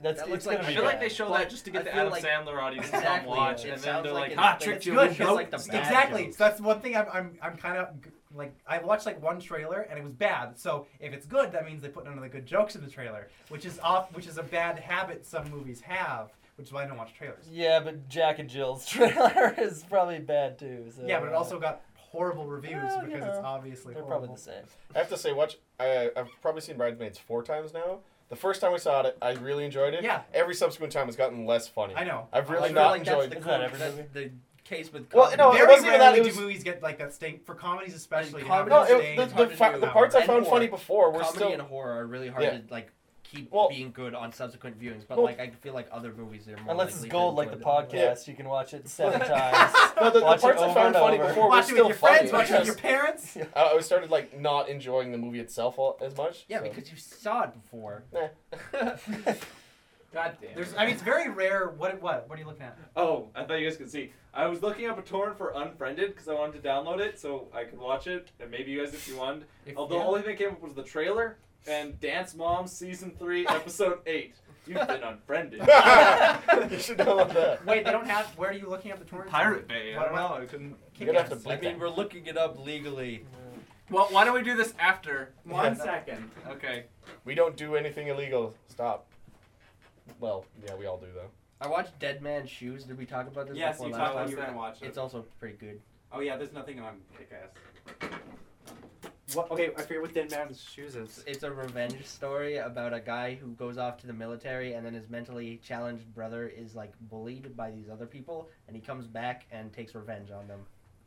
That's that it's looks like gonna I be feel like bad. they show But that just to get I the feel Adam like- Sandler audience to come Exactly, watch, it and then sounds they're like like, it's "Ah, like tricked it's you." good, nope. it's like the bad exactly. jokes. So that's one thing I'm, I'm, I'm kind of like I watched like one trailer and it was bad. So if it's good, that means they put none of the good jokes in the trailer, which is off, which is a bad habit some movies have, which is why I don't watch trailers. Yeah, but Jack and Jill's *laughs* trailer is probably bad too. So, yeah, but it uh, also got horrible reviews Oh, well, you because know, it's obviously they're horrible. probably the same. I have to say, watch. I, I've probably seen Bridesmaids four times now. The first time we saw it, I really enjoyed it. Yeah. Every subsequent time, has gotten less funny. I know. I've really I feel not like that's enjoyed. the, Is that co- every that's movie? the case with Well, comedy. no, it Very wasn't even that, rarely it do was- movies get like that sting for comedies especially. to comedy- have no, that it's it, sting. the, staying *laughs* the, fa- hard the parts to do. I found And funny before were comedy still. and horror are really hard Yeah. to like keep Well- being good on subsequent viewings, but Well- like I feel like other movies are more Unless it's likely to gold, like the enjoy podcast, them. you can watch it seven times. no, *laughs* the, the Watch it parts over I found and funny over. before were watch it with still your funny. friends, watch it with your because *laughs* parents. I, I started like not enjoying the movie itself all, as much. Yeah, so. because you saw it before. God damn. There's, I mean, it's very rare. What, what, what are you looking at? Oh, I thought you guys could see. I was looking up a torrent for Unfriended because I wanted to download it so I could watch it, and maybe you guys if you wanted. If- Although the yeah. only thing that came up was the trailer and Dance Mom Season 3, Episode *laughs* 8. You've *laughs* been unfriended. *laughs* you should know about that. Wait, they don't have. Where are you looking at the torrent? Bay. I don't know, I couldn't. You're gonna have to Kick-Ass. I bleep mean, that. we're looking it up legally. Well, why don't we do this after? One second. Okay. We don't do anything illegal. Stop. Well, yeah, we all do though. I watched Dead Man's Shoes. Did we talk about this Yes, before you last talked time? about you were gonna watch it. It's also pretty good. Oh yeah, there's nothing on kick ass. What, okay, I forget what Dan Madden's shoes is. It's a revenge story about a guy who goes off to the military and then his mentally challenged brother is like bullied by these other people and he comes back and takes revenge on them.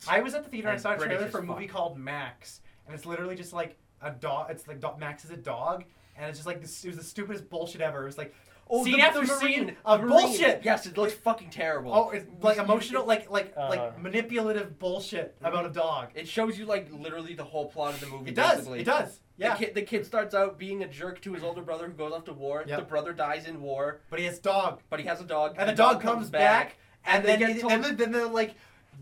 I was at the theater and I And saw a British trailer as for a fuck. movie called Max, and it's literally just like a dog. It's like do- Max is a dog, and it's just like this, it was the stupidest bullshit ever. It was like scene after scene of Oh, Marine. bullshit. Yes, it looks fucking terrible. Oh, it's like emotional, like like Uh. like manipulative bullshit about a dog. Uh-huh. Mm-hmm. It shows you like literally the whole plot of the movie. It does. basically. It does. Yeah, The kid, the kid starts out being a jerk to his older brother who goes off to war. Yep. The brother dies in war, but he has dog, but he has a dog. and the dog comes back, and they then get it- told- and then then they're like,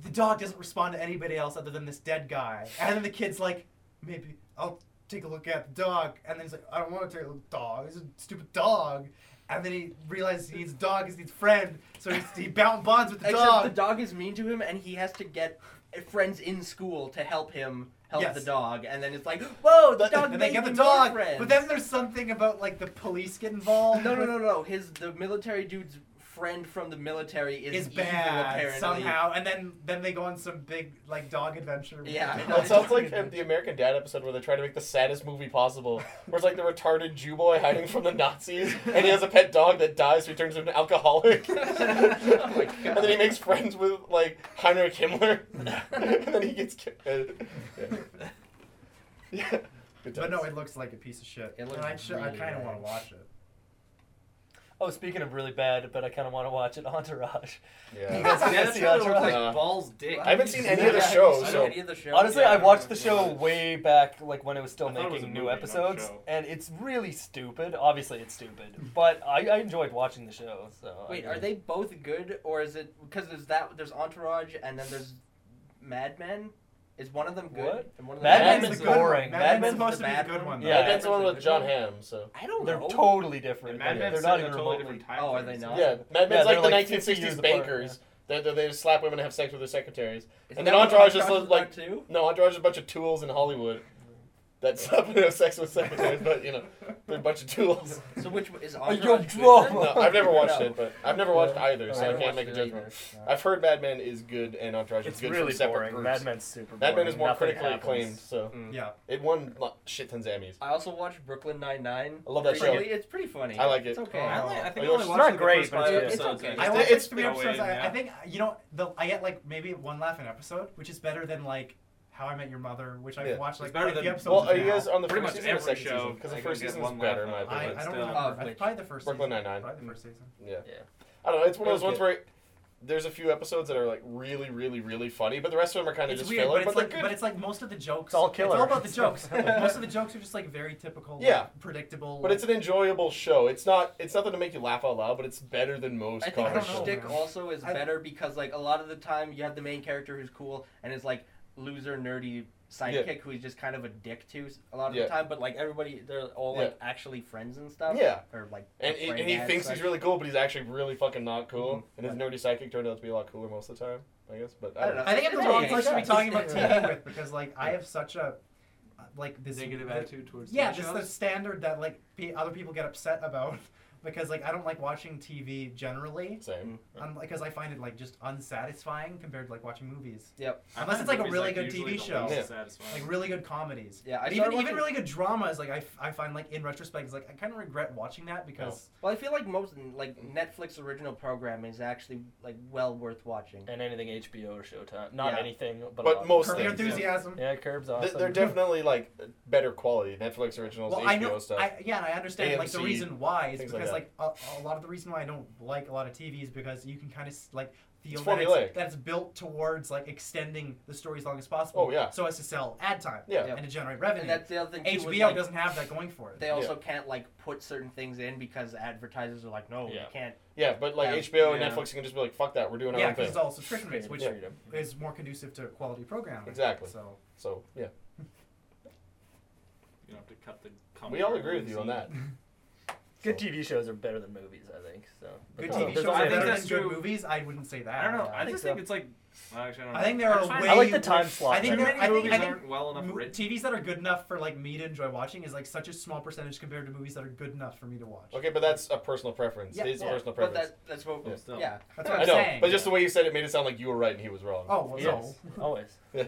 the dog doesn't respond to anybody else other than this dead guy, and then the kid's like, maybe I'll take a look at the dog, and then he's like, I don't want to take a look at the dog. He's a stupid dog. And then he realizes he needs a dog, he needs a friend, so he's, he bound bonds with the Except dog. the dog is mean to him, and he has to get friends in school to help him help Yes. the dog. And then it's like, whoa, the But- dog and they made get the me more dog, friends. but then there's something about like the police get involved. no, no, no, no. His the military dude's friend from the military is, is evil, bad apparently. somehow, and then then they go on some big like dog adventure. with *laughs* Yeah, the I know. That dog. sounds *laughs* like the American Dad episode where they try to make the saddest movie possible. Where it's like the retarded Jew boy hiding from the Nazis, and he has a pet dog that dies, so he turns into an alcoholic. *laughs* Oh my and then he makes friends with like Heinrich Himmler, *laughs* and then he gets killed. Yeah. yeah. Good But times. no, it looks like a piece of shit. It and looks I, should, I really kind of bad. want to watch it. Oh, speaking of really bad, but I kind of want to watch it, *laughs* Entourage. You Yeah, Yeah. guys gonna that's see what it looks Entourage? like Uh, balls dick. I haven't seen *laughs* any Yeah, of the I show, haven't seen so any of the show. Honestly, Yeah, I watched don't the know. show way back, like when it was still I thought it was making a new movie, not a episodes, show. and it's really stupid. Obviously, it's stupid, but I, I enjoyed watching the show. So I Wait, mean- are they both good, or is it because there's that there's Entourage and then there's Mad Men? Is one of them good? What? And one of them Mad Mad Men's Men's is the good boring. Mad Mad Men's Men's, supposed to be the the bad good one. one. Yeah, Yeah. that's the one with John Hamm. So I don't they're know. totally different. Mad they're Men's set not in even a totally remotely. different time. Oh, are frame, they so- not? yeah, Mad Yeah, Men's they're like the like 50 years 1960s apart, bankers. They, they, they slap women and have sex with their secretaries. Isn't And that then what Entourage just Entourage looks like is about too. no, Entourage is a bunch of tools in Hollywood. That *laughs* slap women and have sex with secretaries, *laughs* but *laughs* you know, they're a bunch of tools. So which one- is You're Entourage? good drunk. then? No, I've never watched No. it, but I've never watched either, so I, haven't can't watched make a it judgment. either. I've heard Mad Men is good and Entourage It's is good really from separate boring. groups. Mad Men's super. Mad Men boring. is more Nothing critically happens. acclaimed, so Yeah. it won lo- shit tons of Emmys. I also watched Brooklyn Nine Nine. I love that show. It's pretty funny. I like it. It's okay. Oh, I, only, I think I It's only watched not like, the great, first but five it's- it's episodes, okay. and I It's- watched it's three no episodes. way, I, I yeah. think you know the I get like maybe one laugh an episode, which is better than like How I Met Your Mother, which I've Yeah. watched like It's better quite a few than- episodes Well, are now. you guys on the Pretty first much season or every second show, season? Because the I first can get season was one better, in laugh my out of I, opinion. it. I don't Still. remember. Of It's which- probably the first Brooklyn season. Nine-Nine. Probably the first season. Yeah. Yeah. I don't know. It's one of those ones Okay. where there's a few episodes that are like really, really, really funny, but the rest of them are kind of It's just weird, filler. but it's like they're but good. it's like most of the jokes. It's all It's all killer. about the jokes. most of the jokes are just like very typical. like, Yeah. predictable. But it's an enjoyable show. It's not. It's nothing to make you laugh out loud, but it's better than most. I think comedy her don't know, shows. shtick man. also is I- better because like a lot of the time you have the main character who's cool and is like loser nerdy sidekick who he's just kind of a dick to s- a lot of Yeah. the time, but like everybody they're all like actually friends and stuff. Yeah. Or like And, he- friend and he ads, thinks like- he's really cool, but he's actually really fucking not cool. Mhm. And his nerdy psychic turned out to be a lot cooler most of the time, I guess. But I I don't know. don't Mm-hmm. I think I'm It's the wrong okay. person to be It's talking about okay. TV with because like I have such a uh, like this negative attitude towards Yeah, TV just the shows. standard that like pe- other people get upset about *laughs* because like I don't like watching TV generally. Same. Because I find it like just unsatisfying compared to like watching movies, Yep. I unless find it's like a movies, really good usually TV the show, least Yeah. satisfying. like really good comedies. And Yeah, I started even even watching- really good dramas, like I, f- I find like in retrospect, it's like I kind of regret watching that because Well, I feel like most like Netflix original programming is actually like well worth watching. And anything HBO or Showtime, not Yeah. anything, but, But a lot of most Curb it. Your things, yeah. Enthusiasm. Yeah, Curb's Th- awesome. They're definitely like better quality Netflix originals, Well, HBO I know, stuff. I, yeah, and I understand like the AMC, reason why is things like because like, a, a lot of the reason why I don't like a lot of TV is because you can kind of like feel It's that formulaic. it's, that it's built towards like extending the story as long as possible. Oh, yeah. So as to sell ad time. Yeah. Yep. And to generate revenue. And that's the other thing too. was, HBO like, doesn't have that going for it. They also can't like put certain things in because advertisers are like, no, Yeah. you can't. yeah, but like Yeah. HBO and Yeah. Netflix, you can just be like, "Fuck that, we're doing our yeah, own because thing." it's all subscription based, which Yeah. is more conducive to quality programming. Exactly. So So yeah, You don't have to cut the. we all agree with you *laughs* on that. Good TV shows are better than movies, I think. So good Oh, TV there's shows also- are I think better than that's good true. movies. I wouldn't say that. I don't know. Uh, I, think just so. think it's like I actually don't know. I think there just are find way. I like the worse- time slot I think Too there. there, many I think, movies I think aren't well enough mo- written. TVs that are good enough for like me to enjoy watching is like such a small percentage compared to movies that are good enough for me to watch. Okay, but that's a personal preference. Yeah, It's yeah, a personal But preference. that, that's what. Yeah. Yeah. Still. That's what I'm I know, saying. but just the way you said it made it sound like you were right and he was wrong. oh well, Yes, always. *laughs* Yeah.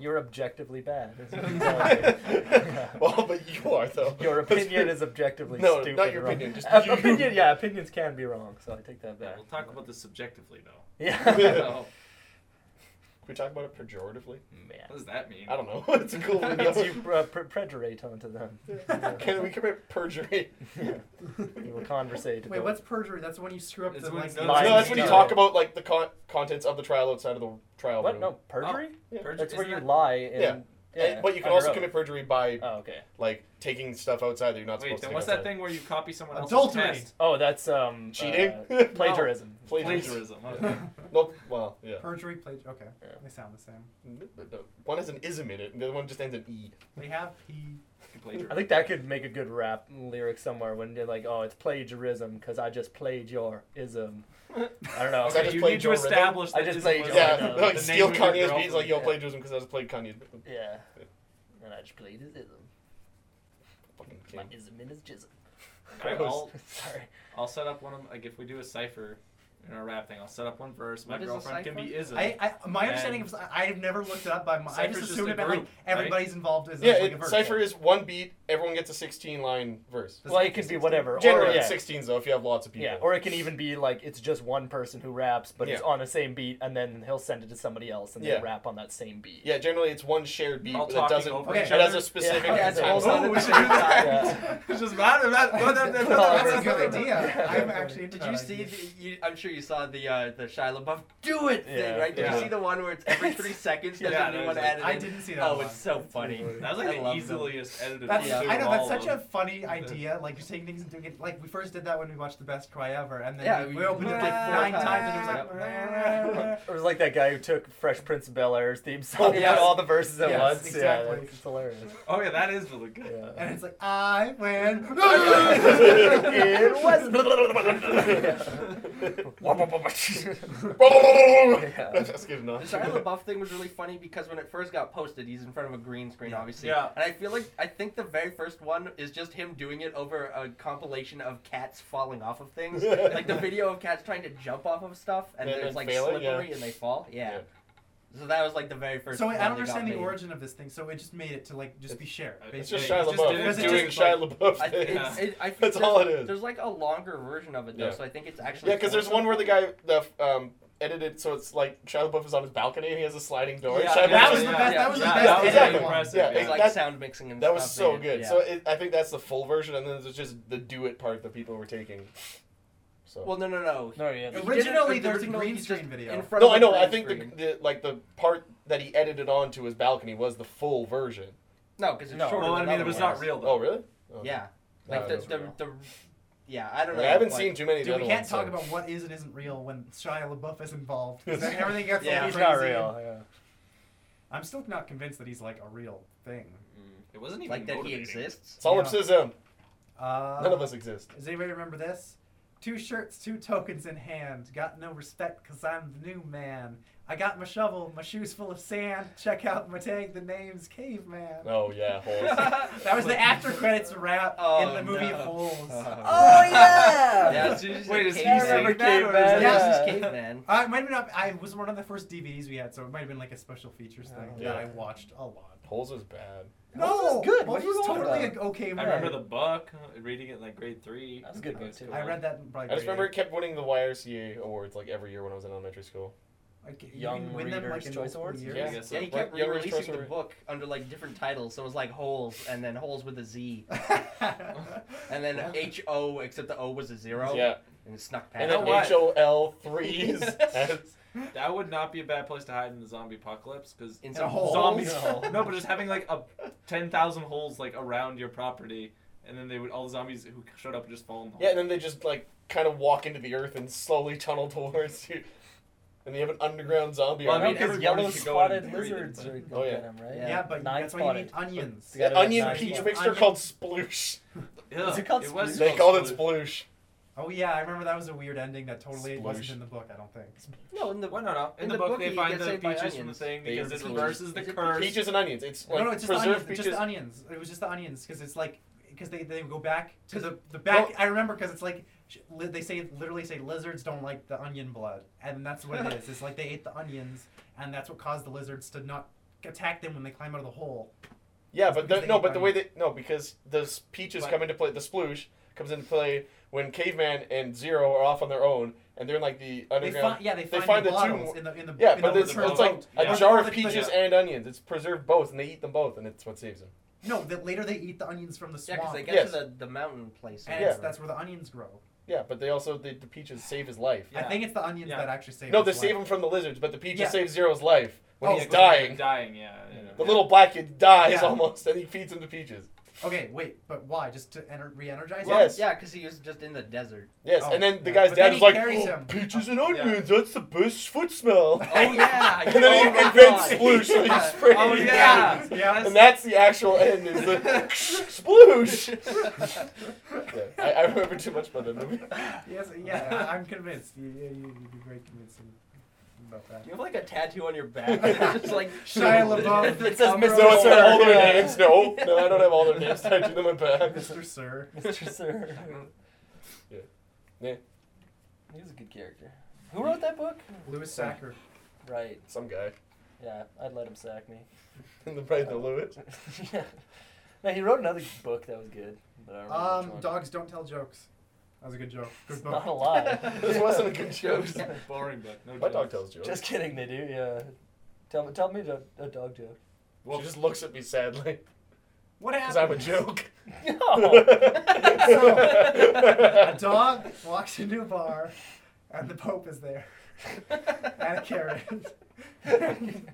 You're objectively bad. *laughs* is what you're telling me. well, but you are though. Your opinion is objectively No, stupid. not your wrong. opinion, just Uh, *laughs* you. opinion. Yeah, opinions can be wrong, so I take that Yeah, back. we'll talk about this subjectively though. *laughs* Yeah. Yeah. So, Can *laughs* we talk about it pejoratively? *laughs* Man. what does that mean? I don't know. *laughs* it's *laughs* a cool word. It means you uh, pre- predurate onto them. Can we commit *laughs* perjury? You will conversate. Wait, what's perjury? That's when you screw up It's the when- like. no, the- No, Lying that's when you stuff. *laughs* talk about like the con- contents of the trial outside of the trial Oh, What? room. No, perjury? Perj- That's where Oh, isn't you that- lie. And, Yeah. And- but you can under also oath. commit perjury by Oh, okay. like taking stuff outside that you're not Wait, supposed to. then take what's that outside. thing where you copy someone else's Adultery. test? Oh, that's um Cheating? uh, *laughs* plagiarism. Plagiarism. Okay. Nope. Well, *laughs* yeah. Perjury, plagiarism. Okay, Yeah. they sound the same. One has an ism in it, and the other one just ends in e. They have P. Plagiarism. I think that could make a good rap lyric somewhere when they're like, "Oh, it's plagiarism because I just played your ism." I don't *laughs* know. Is that Okay, just you played need your to rhythm? establish I that just ism played was your like, yeah, rhythm. uh, no, the *laughs* like name steal of your Kanye's beats. girlfriend. Like, yo, Yeah. plagiarism because I just played Kanye. Yeah. And I just played his ism. Fucking My kid. ism and his jism. Alright, I'll, *laughs* Sorry. I'll set up one of like if we do a cipher in our rap thing, I'll set up one verse. My What is a girlfriend can cipher? be ism. I, I my And- understanding of I have never looked it up by my I Cypher's just just assumed a it meant group, like everybody's involved is Yeah, like a it, verse. cipher *laughs* is *laughs* one beat. Everyone gets a 16-line verse. Does Well, it it could be whatever. Generally, or, yeah, it's 16s though if you have lots of people. yeah, or it can even be like it's just one person who raps, but it's Yeah. on the same beat, and then he'll send it to somebody else, and Yeah. they rap on that same beat. Yeah, generally it's one shared beat All but that talking doesn't. over Okay. It each has other. a specific. Yeah. time Okay, all slot. sounded *laughs* Oh, we should do *laughs* that. *laughs* Yeah. It's just blah, blah, blah, blah, blah, blah, blah, That's a blah, good blah. idea. I'm actually into Did that you idea. see? The, you, I'm sure you saw the uh, the Shia LaBeouf "Do It" thing, Yeah. right? Did Yeah. you see the one where it's every three seconds there's Yeah, a that new was one it. added? I in? didn't see that. Oh, one. it's so funny. That was like I the love them. easiest edited That's, Yeah. thing I know of all that's such a of funny Yeah. idea. Like just taking things and doing it. Like we first did that when we watched the best cry ever, and then Yeah, we, we- we opened it like Yeah. nine times, and it was like. Yeah. It was like that guy who took Fresh Prince of Bel Air's theme Oh, song and yes. put all the verses at Yes, once. exactly. Yeah, it's hilarious. Oh yeah, that is really good. Yeah. And it's like I win. it *laughs* was. Yeah. That's good The enough. Shia LaBeouf thing was really funny because when it first got posted, he's in front of a green screen, Yeah. obviously. Yeah. And I feel like I think the very first one is just him doing it over a compilation of cats falling off of *laughs* things, like the video of cats trying to jump off of stuff, and, And then there's like failing, yeah. slippery and they fall. Yeah. Yeah. So that was like the very first. So one wait, I that don't understand got the made. origin of this thing. So it just made it to like just be shared. It's basically. just Yeah, he Shia just did it LaBeouf just because doing it's Shia LaBeouf. I, thing. *laughs* it's, it, I feel That's there's- all it is. There's like a longer version of it though, Yeah. so I think it's actually. Yeah, because there's one where the guy the um edited so it's like Shia LaBeouf is on his balcony and he has a sliding door. Yeah, Shia That LaBeouf was is- the best- that was the yeah, best That was exactly. really impressive. Yeah, Yeah, It's like that- sound mixing and That was stuff, so man. good. Yeah. So it, I think that's the full version, and then there's just the do it part that people were taking. So well, no, no, no. No, yeah. He did it- Originally, there was a originally green he's screen just video. in front no, of a I know. green I think the, screen. the like the part that he edited onto his balcony was the full version. No, because it's No. shorter. Well, I than mean, it other was ones. not real Oh, though. really? Yeah, No, like Uh, it the, was the, real. the yeah. I don't know. I haven't but- seen too many. of the Dude, we other can't ones, talk so- about what is and isn't real when Shia LaBeouf is *laughs* involved. 'Cause then everything gets Yeah. all He's crazy. not real. Yeah. I'm still not convinced that he's like a real thing. It wasn't even like that he motivating. *laughs* exists. solipsism. Uh, None of us exist. Does anybody remember this? Two shirts, two tokens in hand. Got no respect because I'm the new man. I got my shovel, my shoes full of sand. Check out my tag, the name's Caveman. Oh *laughs* yeah, holes. That was the after credits rap Oh, in the movie no. *laughs* Holes. Uh, Oh, yeah! yeah as soon as you Wait, said is he caveman- remember saying that, or is caveman, *laughs* Yeah, Oh, yeah. that- this is caveman. Uh, it might have been up, I it was one of the first DVDs we had, so it might have been like a special features thing Yeah. that I watched a lot. holes was bad. No, Holes was good. Holes What are you was on totally about? a okay I movie. remember the book, uh, reading it in, like grade three. That was a good book, too. cool. I read that in probably. I just grade remember it kept winning the YRCA awards like every year when I was in elementary school. eight. Like, you can Young win them, like, Readers' in Choice multiple Awards? years. Yeah. I guess so. Yeah, he kept Young Readers' re-releasing Choice the Award. book under like different titles, so it was like holes, and then holes with a Z, and then *laughs* H O, except the O was a zero. Yeah, and it snuck past. and know then what? H O L threes. *laughs* That would not be a bad place to hide in the zombie apocalypse because in In some a hole. zombies. No. *laughs* No, but just having like a ten thousand holes like around your property, and then they would all the zombies who showed up would just fall in the hole. Yeah, and then they just like kind of walk into the earth and slowly tunnel towards you. And they have an underground zombie Well, I I army. mean, mean, because everybody yellow should go out spotted and breathe it, lizards but- are Oh, oh, yeah. at him, right? Yeah, but Nine that's why you spotted. need onions. that Yeah, onion nice. peach Yeah, mixture onion- called sploosh. Ugh, Is it called it was Sploosh? They called called it Sploosh. sploosh. Oh yeah, I remember that was a weird ending that totally wasn't Sploosh. in the book. I don't think. No, in the Well, no, no. In, the, book, they he find gets the saved by peaches from the onions. thing They because are it peaches. reverses the Is it curse. Peaches and onions. It's like no, no, it's just the preserved onions. peaches. Just the onions. It was just the onions because it's like because they, they go back to the the back. I remember because it's like sh- li- they say literally say lizards don't like the onion blood, and that's what *laughs* it is. It's like they ate the onions, and that's what caused the lizards to not attack them when they climb out of the hole. Yeah, but the, Because they no, eat but the way onions. that no, because the s- peaches But- come into play. The sploosh comes into play when Caveman and Zero are off on their own, and they're in like the They underground. find yeah they find, find the, the two bottles more- in the in the yeah, in but the it's, return it's like boat. a Yeah. jar Or of the- the- peaches and onions. It's preserved both, and they eat them both, and it's what saves them. No, that later they eat the onions from the Yeah, swamp. because they get Yes. to the, the mountain place. or and Yeah. it's, that's where the onions grow. Yeah, but they also the, the peaches save his life. Yeah. I think it's the onions Yeah. that actually save. No, his they life. save him from the lizards, but the peaches Yeah. save Zero's life when Oh, he's so dying. Dying, yeah. yeah. *laughs* The little black kid dies Yeah. almost, and he feeds him to peaches. Okay, wait, but why? Just to ener- re-energize? Well, it? Yes. Yeah, because he was just in the desert. Yes, Oh, and then the yeah. guy's But dad then is he like, carries "Oh, him." peaches and onions, that's the best food smell. Oh, yeah. *laughs* and then Oh, he my invents God. sploosh, so he Yeah. sprays. Oh yeah, Yeah. That's- *laughs* And that's the actual end is *laughs* the sploosh. yeah, I, I remember too much about that movie. Yes, yeah, I'm convinced. You, you, you- you'd be very convincing about that. You have like a tattoo on your *laughs* back. *laughs* that's just like Shia LaBeouf. *laughs* It's It says says Mr. Mr. No, it's not all their Yeah. names. *laughs* No, no, I don't have all their names tattooed on my back. Mr. Sir. Mr. Sir. Yeah, He was a good character. Who wrote that book? Louis Sacker. Right. some guy. Yeah, I'd let him sack me. *laughs* In the Bright the Lewis. yeah. No, he wrote another book that was good. But I don't remember which Um, one. dogs don't tell jokes. That was a good joke. Good It's not a book. *laughs* lie. This wasn't a *laughs* good joke. boring book. No My dog jokes. tells jokes. Just kidding, they do. Yeah. Tell me, tell me a, a dog joke. *laughs* *laughs* She just looks at me sadly What because I'm a happened? joke. *laughs* *laughs* No. A dog walks into a bar, and the Pope is there, and a carrot. *laughs* nothing.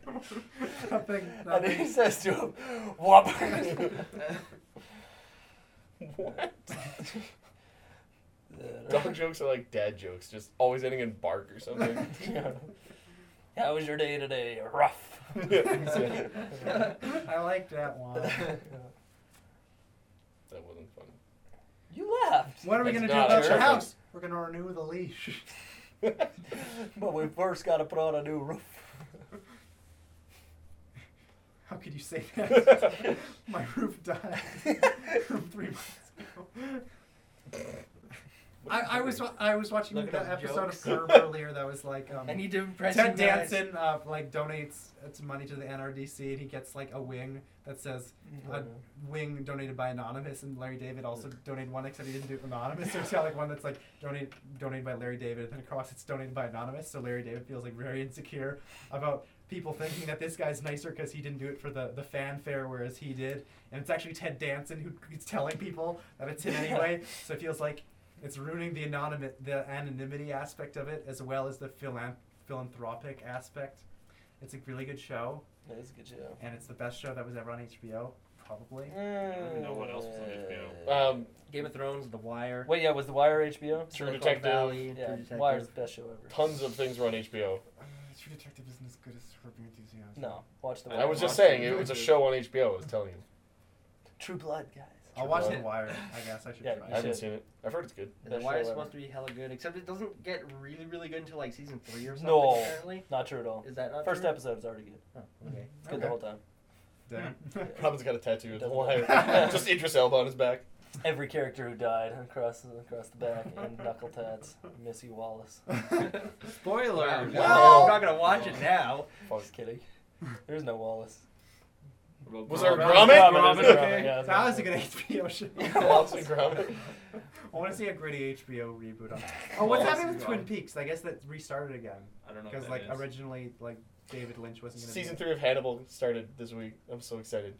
and then he nothing. *laughs* says to him, "Whopper." what? *laughs* Dog jokes are like dad jokes, just always ending in bark or *laughs* something. *laughs* Yeah. How was *laughs* your day today? Rough. Yeah. I like that one. *laughs* That wasn't fun. you laughed. What are we That's gonna do not about your true. house? We're gonna renew the leash. *laughs* But we first got to put on a new roof. How could you say *laughs* that? My roof died from three months ago. *laughs* I, I was wa- I was watching Looking the up episode jokes. of Curb earlier that was like um, I need to impress Ted you guys. Danson uh, like donates uh, some money to the NRDC and he gets like a wing that says a wing donated by anonymous and Larry David also donated one except he didn't do anonymous *laughs* so it's got like one that's like donated donated by Larry David and then across it's donated by anonymous so Larry David feels like very insecure about people thinking that this guy's nicer because he didn't do it for the the fanfare whereas he did and it's actually Ted Danson who is telling people that it's him *laughs* anyway so it feels like it's ruining the anonymous the anonymity aspect of it as well as the philan- philanthropic aspect it's a really good show That is a good show. and it's the best show that was ever on HBO probably don't even know what else was on HBO. Um, Game of Thrones, The Wire, Uh, Wait, yeah, was The Wire True HBO? Silicon Detective. Valley, Yeah, True Detective. Wire's the best show ever. tons of things were on HBO. Uh, True Detective isn't as good as Scorpion Enthusiasm. No, watch The Wire. I was just Watch saying, it was a show on HBO. I was telling you. True Blood, guys. I'll watch The Wire. I guess I should Yeah, try. I haven't should. seen it. I've heard it's good. The Best show Wire's ever. supposed to be hella good, except it doesn't get really, really good until like season three or something. No. Apparently, Not true at all. is that not First true? episode is already good. Oh, okay. It's good the whole time. Damn. *laughs* *laughs* Robin's got a tattoo. of the Doesn't wire. matter. *laughs* just Idris Elba on his *laughs* back. Every character who died across the, across the back and knuckle tats. Missy Wallace. Spoiler. Wow, alert. I'm not gonna watch it now. Fuck. Just *laughs* kidding. There's no Wallace. Was there a Robin. grommet? Robin, Grommet, Robin, yeah, that was a Robin. good HBO show. Wallace and *laughs* Gromit. I want to see a gritty HBO reboot *laughs* on. Oh, what's Wallace happening and with Twin Gromit. Peaks? I guess that restarted again I don't know. because like originally like David Lynch wasn't gonna. Season do three of Hannibal started this week. I'm so excited.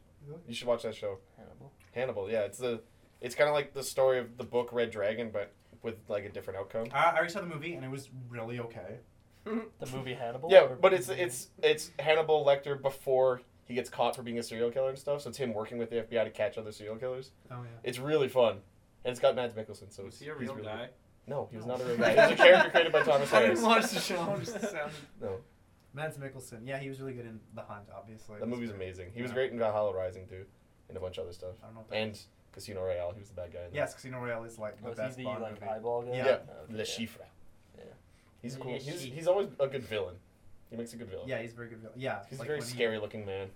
You should watch that show. Hannibal. Hannibal. Yeah, it's the. It's kind of like the story of the book Red Dragon, but with like a different outcome. it. I I already saw the movie and it was really okay. The movie Hannibal? Yeah, or- but it's it's it's Hannibal Lecter before he gets caught for being a serial killer and stuff. So it's him working with the FBI to catch other serial killers. Oh It's really fun, and it's got Mads Mikkelsen. So Was he it's- a he's real really- guy? No, he was not *laughs* a *laughs* real guy. He was a character created by Thomas I didn't Harris. watch the show. I'm just sounding. No, Mads Mikkelsen. Yeah, he was really good in The Hunt, obviously. that That's movie's great. amazing. He was Yeah. great in Valhalla Rising too, and a bunch of other stuff. I don't know. If that And Oh, Casino Royale. He was the bad guy. In that. Yes, Casino Royale is like the Was best he the Bond like movie. eyeball guy? Yeah. Yeah, Oh, Le Chiffre. Yeah. He's Le cool. He's, Chiffre. he's always a good villain. He makes a good villain. Yeah, he's a very good. villain. Yeah, He's like a very when he- scary looking man.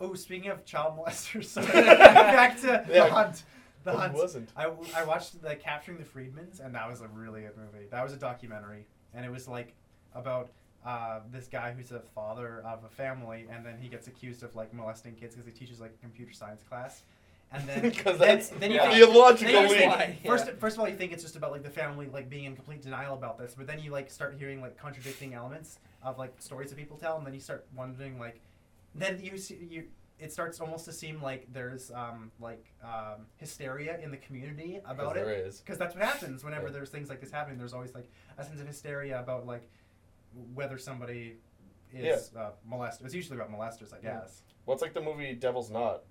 Oh, speaking of child molesters, *laughs* *laughs* sorry. back to Yeah. the hunt. The But he hunt. wasn't. I, I watched the Capturing the Freedmans, and that was a really good movie. That was a documentary, and it was like about uh, this guy who's a father of a family, and then he gets accused of like molesting kids because he teaches like a computer science class, and *laughs* then Because then- that's then you yeah. think- the illogical then you leap. think- Why? Yeah. First, first of all, you think it's just about like the family like being in complete denial about this, but then you like start hearing like contradicting elements of like stories that people tell, and then you start wondering like, then you see, you it starts almost to seem like there's um like um hysteria in the community Because about it there is. because that's what happens whenever Yeah. there's things like this happening. There's always like a sense of hysteria about like whether somebody is uh, molested. It's usually about molesters, I Yeah. guess. What's like the movie Devil's Knot?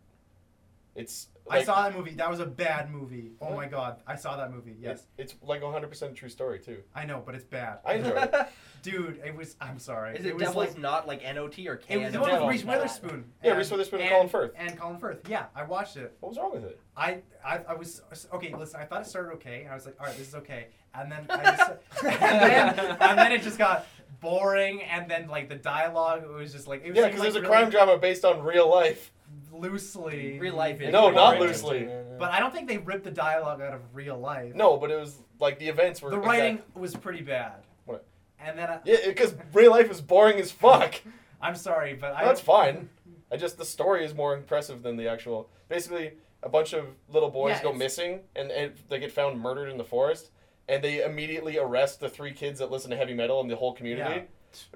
It's. I like- saw that movie. That was a bad movie. Oh What? my god, I saw that movie. Yes, It's, it's like 100% true story too. I know, but it's bad. *laughs* I enjoyed it. Dude, it was. I'm sorry. *laughs* Is it, was Devil's like Not like N.O.T. or it Can? was the and one with Devil's Reese Knot? Witherspoon. Yeah, and- Reese Witherspoon and Colin Firth. And Colin Firth. Yeah, I watched it. What was wrong with it? I I, I was okay. Listen, I thought it started okay. and I was like, all right, this is okay, and then I *laughs* just, and, then, and then it just got boring, and then like the dialogue it was just like it was Yeah, seemed because like there's a really crime drama based on real life. loosely Real life is No, Like, Oh, not orange. loosely. But I don't think they ripped the dialogue out of real life. No, but it was like the events were. the exact- writing was pretty bad. What? And then I, Yeah, because real life is boring as fuck. I'm sorry, but I That's fine. I just the story is more impressive than the actual. Basically, a bunch of little boys Yeah, go it's- missing, and, and they get found murdered in the forest, and they immediately arrest the three kids that listen to heavy metal in the whole community.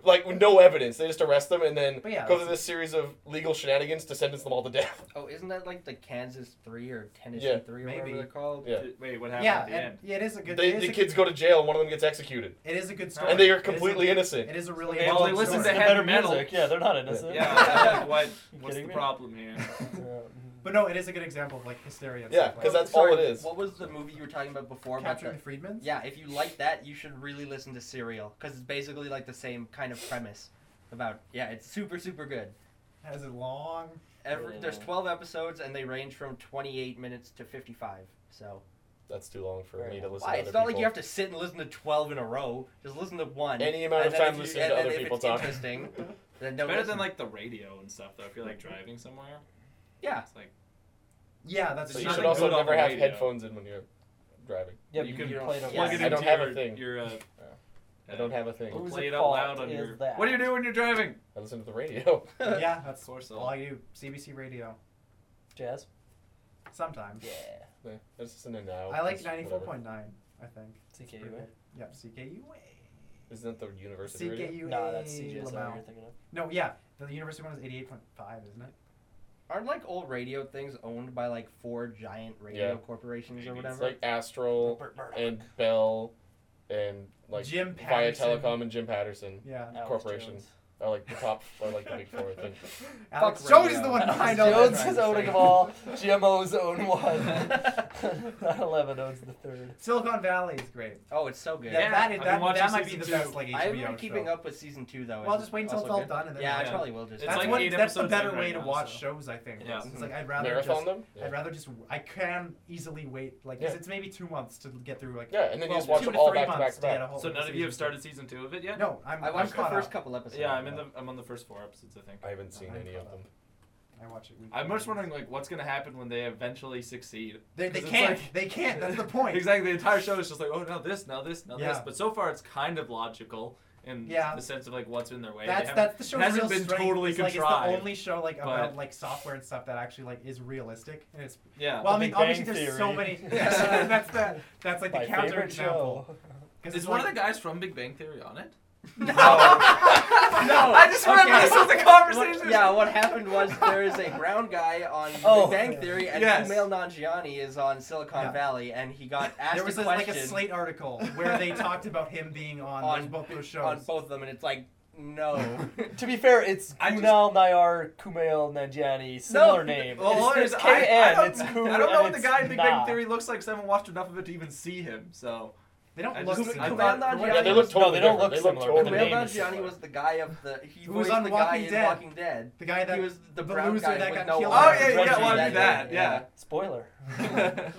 Like with no evidence, they just arrest them and then But yeah, go through that's- this series of legal shenanigans to sentence them all to death. Oh, isn't that like the Kansas Three or Tennessee Yeah. Three or Maybe. whatever they're called? Yeah. Wait, what happened yeah, at the and, end? yeah, it is a good. They, it, is the a kids good, go to jail, and one of them gets executed, It is a good story. and they It are is a- completely innocent. It is a really. They involved only listen story. to heavy better metal. music. Yeah, they're not *laughs* innocent. Yeah, I'm like, what? What's the kidding me? problem *laughs* here? *laughs* But no, it is a good example of like hysteria. and Yeah, stuff like 'cause that. that's all Sorry, it is. What was the movie you were talking about before? About Capturing the, the Freedmans. yeah, if you like that, you should really listen to Serial because it's basically like the same kind of premise. About yeah, it's super super good. Has it long? Every there's Yeah. twelve episodes and they range from twenty eight minutes to fifty five. So That's too long for Right. me to listen. why? to It's other not like people. you have to sit and listen to twelve in a row. Just listen to one. any amount and of then time if you- listening and to then other if people it's talk. Interesting. Then Better don't listen. than like the radio and stuff though. If you're like driving somewhere, yeah. it's like Yeah, that's. So There's you should nothing also good on never the have radio. headphones in when you're driving. Yeah, you but can you don't- plug yeah. plug it I into don't have a your, thing. your. Uh, I don't have a Oh. thing. Whose Play it out loud on fault is your. that? What do you do when you're driving? I listen to the radio. *laughs* *laughs* *laughs* Yeah, that's Of course, all I do. CBC Radio. Jazz. Sometimes. Yeah. Yeah, I just listen to now. I like It's ninety four whatever. point nine. I think. CKUA. Yep. CKUA. Isn't that the university radio? CKUA. No, that's CJSO Lamau. you're thinking of. No, yeah, the university one is eighty eight point five, isn't it? Aren't like old radio things owned by like four giant radio Yeah. corporations or Maybe. whatever? It's like Astral Burt Murdoch. and Bell and like Jim Via Patterson. Telecom and Jim Patterson Yeah. Alex Corporation. *laughs* Jones. are like the top are like the big four. I think. Alex radio. Jones is *laughs* the one behind all Jones this. is owning them all. GMO's own one. *laughs* 9/11 owns the third. Silicon Valley is great. oh, it's so good. Yeah, Yeah, that, I've is, been that, watching that might be season the two. best like HBO I've been keeping show. up with season two though. Well, I'll Is just it wait until also it's all good? done and then. Yeah, I Yeah. probably will just. It's That's like what. eight that's the episodes better in way right to now, watch so. shows, I think. Yeah. It's like I'd rather Marathon just, them. Yeah. I'd rather just I can easily wait like 'cause Yeah. it's maybe two months to get through like Yeah, and then well, you just watch two them to all three back to back months to get a back. whole- So of none of you have season two. started season two of it yet? No, I'm. I watched I'm the caught first up. couple episodes. Yeah, I'm in the I'm on the first four episodes, I think. I haven't seen any of them. I watch it. Weekly. I'm just wondering like what's gonna happen when they eventually succeed. They, they 'Cause it's can't. like- they can't. *laughs* That's the point. exactly. The entire show is just like, oh now this, now this, now this. Yeah. But so far it's kind of logical in Yeah. the sense of like what's in their way. They That's haven't- that's the show's it hasn't real been strength. totally it's Like, it's contrived, the only show like but- about like software and stuff that actually like is realistic and it's. Yeah. Well, I The mean, Big obviously Bang there's so *laughs* Theory. many. *laughs* that's the that's like My the counter favorite example. show. 'Cause is it's one like- of the guys from Big Bang Theory on it? *laughs* No, I just remember okay. this was the conversation. What- yeah, what happened was there is a *laughs* brown guy on Oh. Big Bang Theory, and Yes. Kumail Nanjiani is on Silicon Yeah. Valley, and he got asked there was a a- like question a Slate article where *laughs* they talked about him being on, On- those- both those shows. on both of them, and it's like, *laughs* no. To be fair, it's I just- Kunal Nayar Kumail Nanjiani, similar name. Well, it's there's- just I- KN. I, don't, it's cool. I don't know what the guy in Big Bang Nah. Theory looks like, so I haven't watched enough of it to even see him. So They don't I look. just- similar. I Command thought- on Yeah, they Gianni- look totally No, they don't different. look they look similar. totally Command Kumail name Nanjiani is was the guy of the he Who was voiced on the guy Walking in Dead. Walking Dead. the guy that he was the the, brown loser guy that with got no killed. arm. Oh, yeah, you gotta Reggie, wanna do *laughs* that, Spoiler. *laughs* Yeah,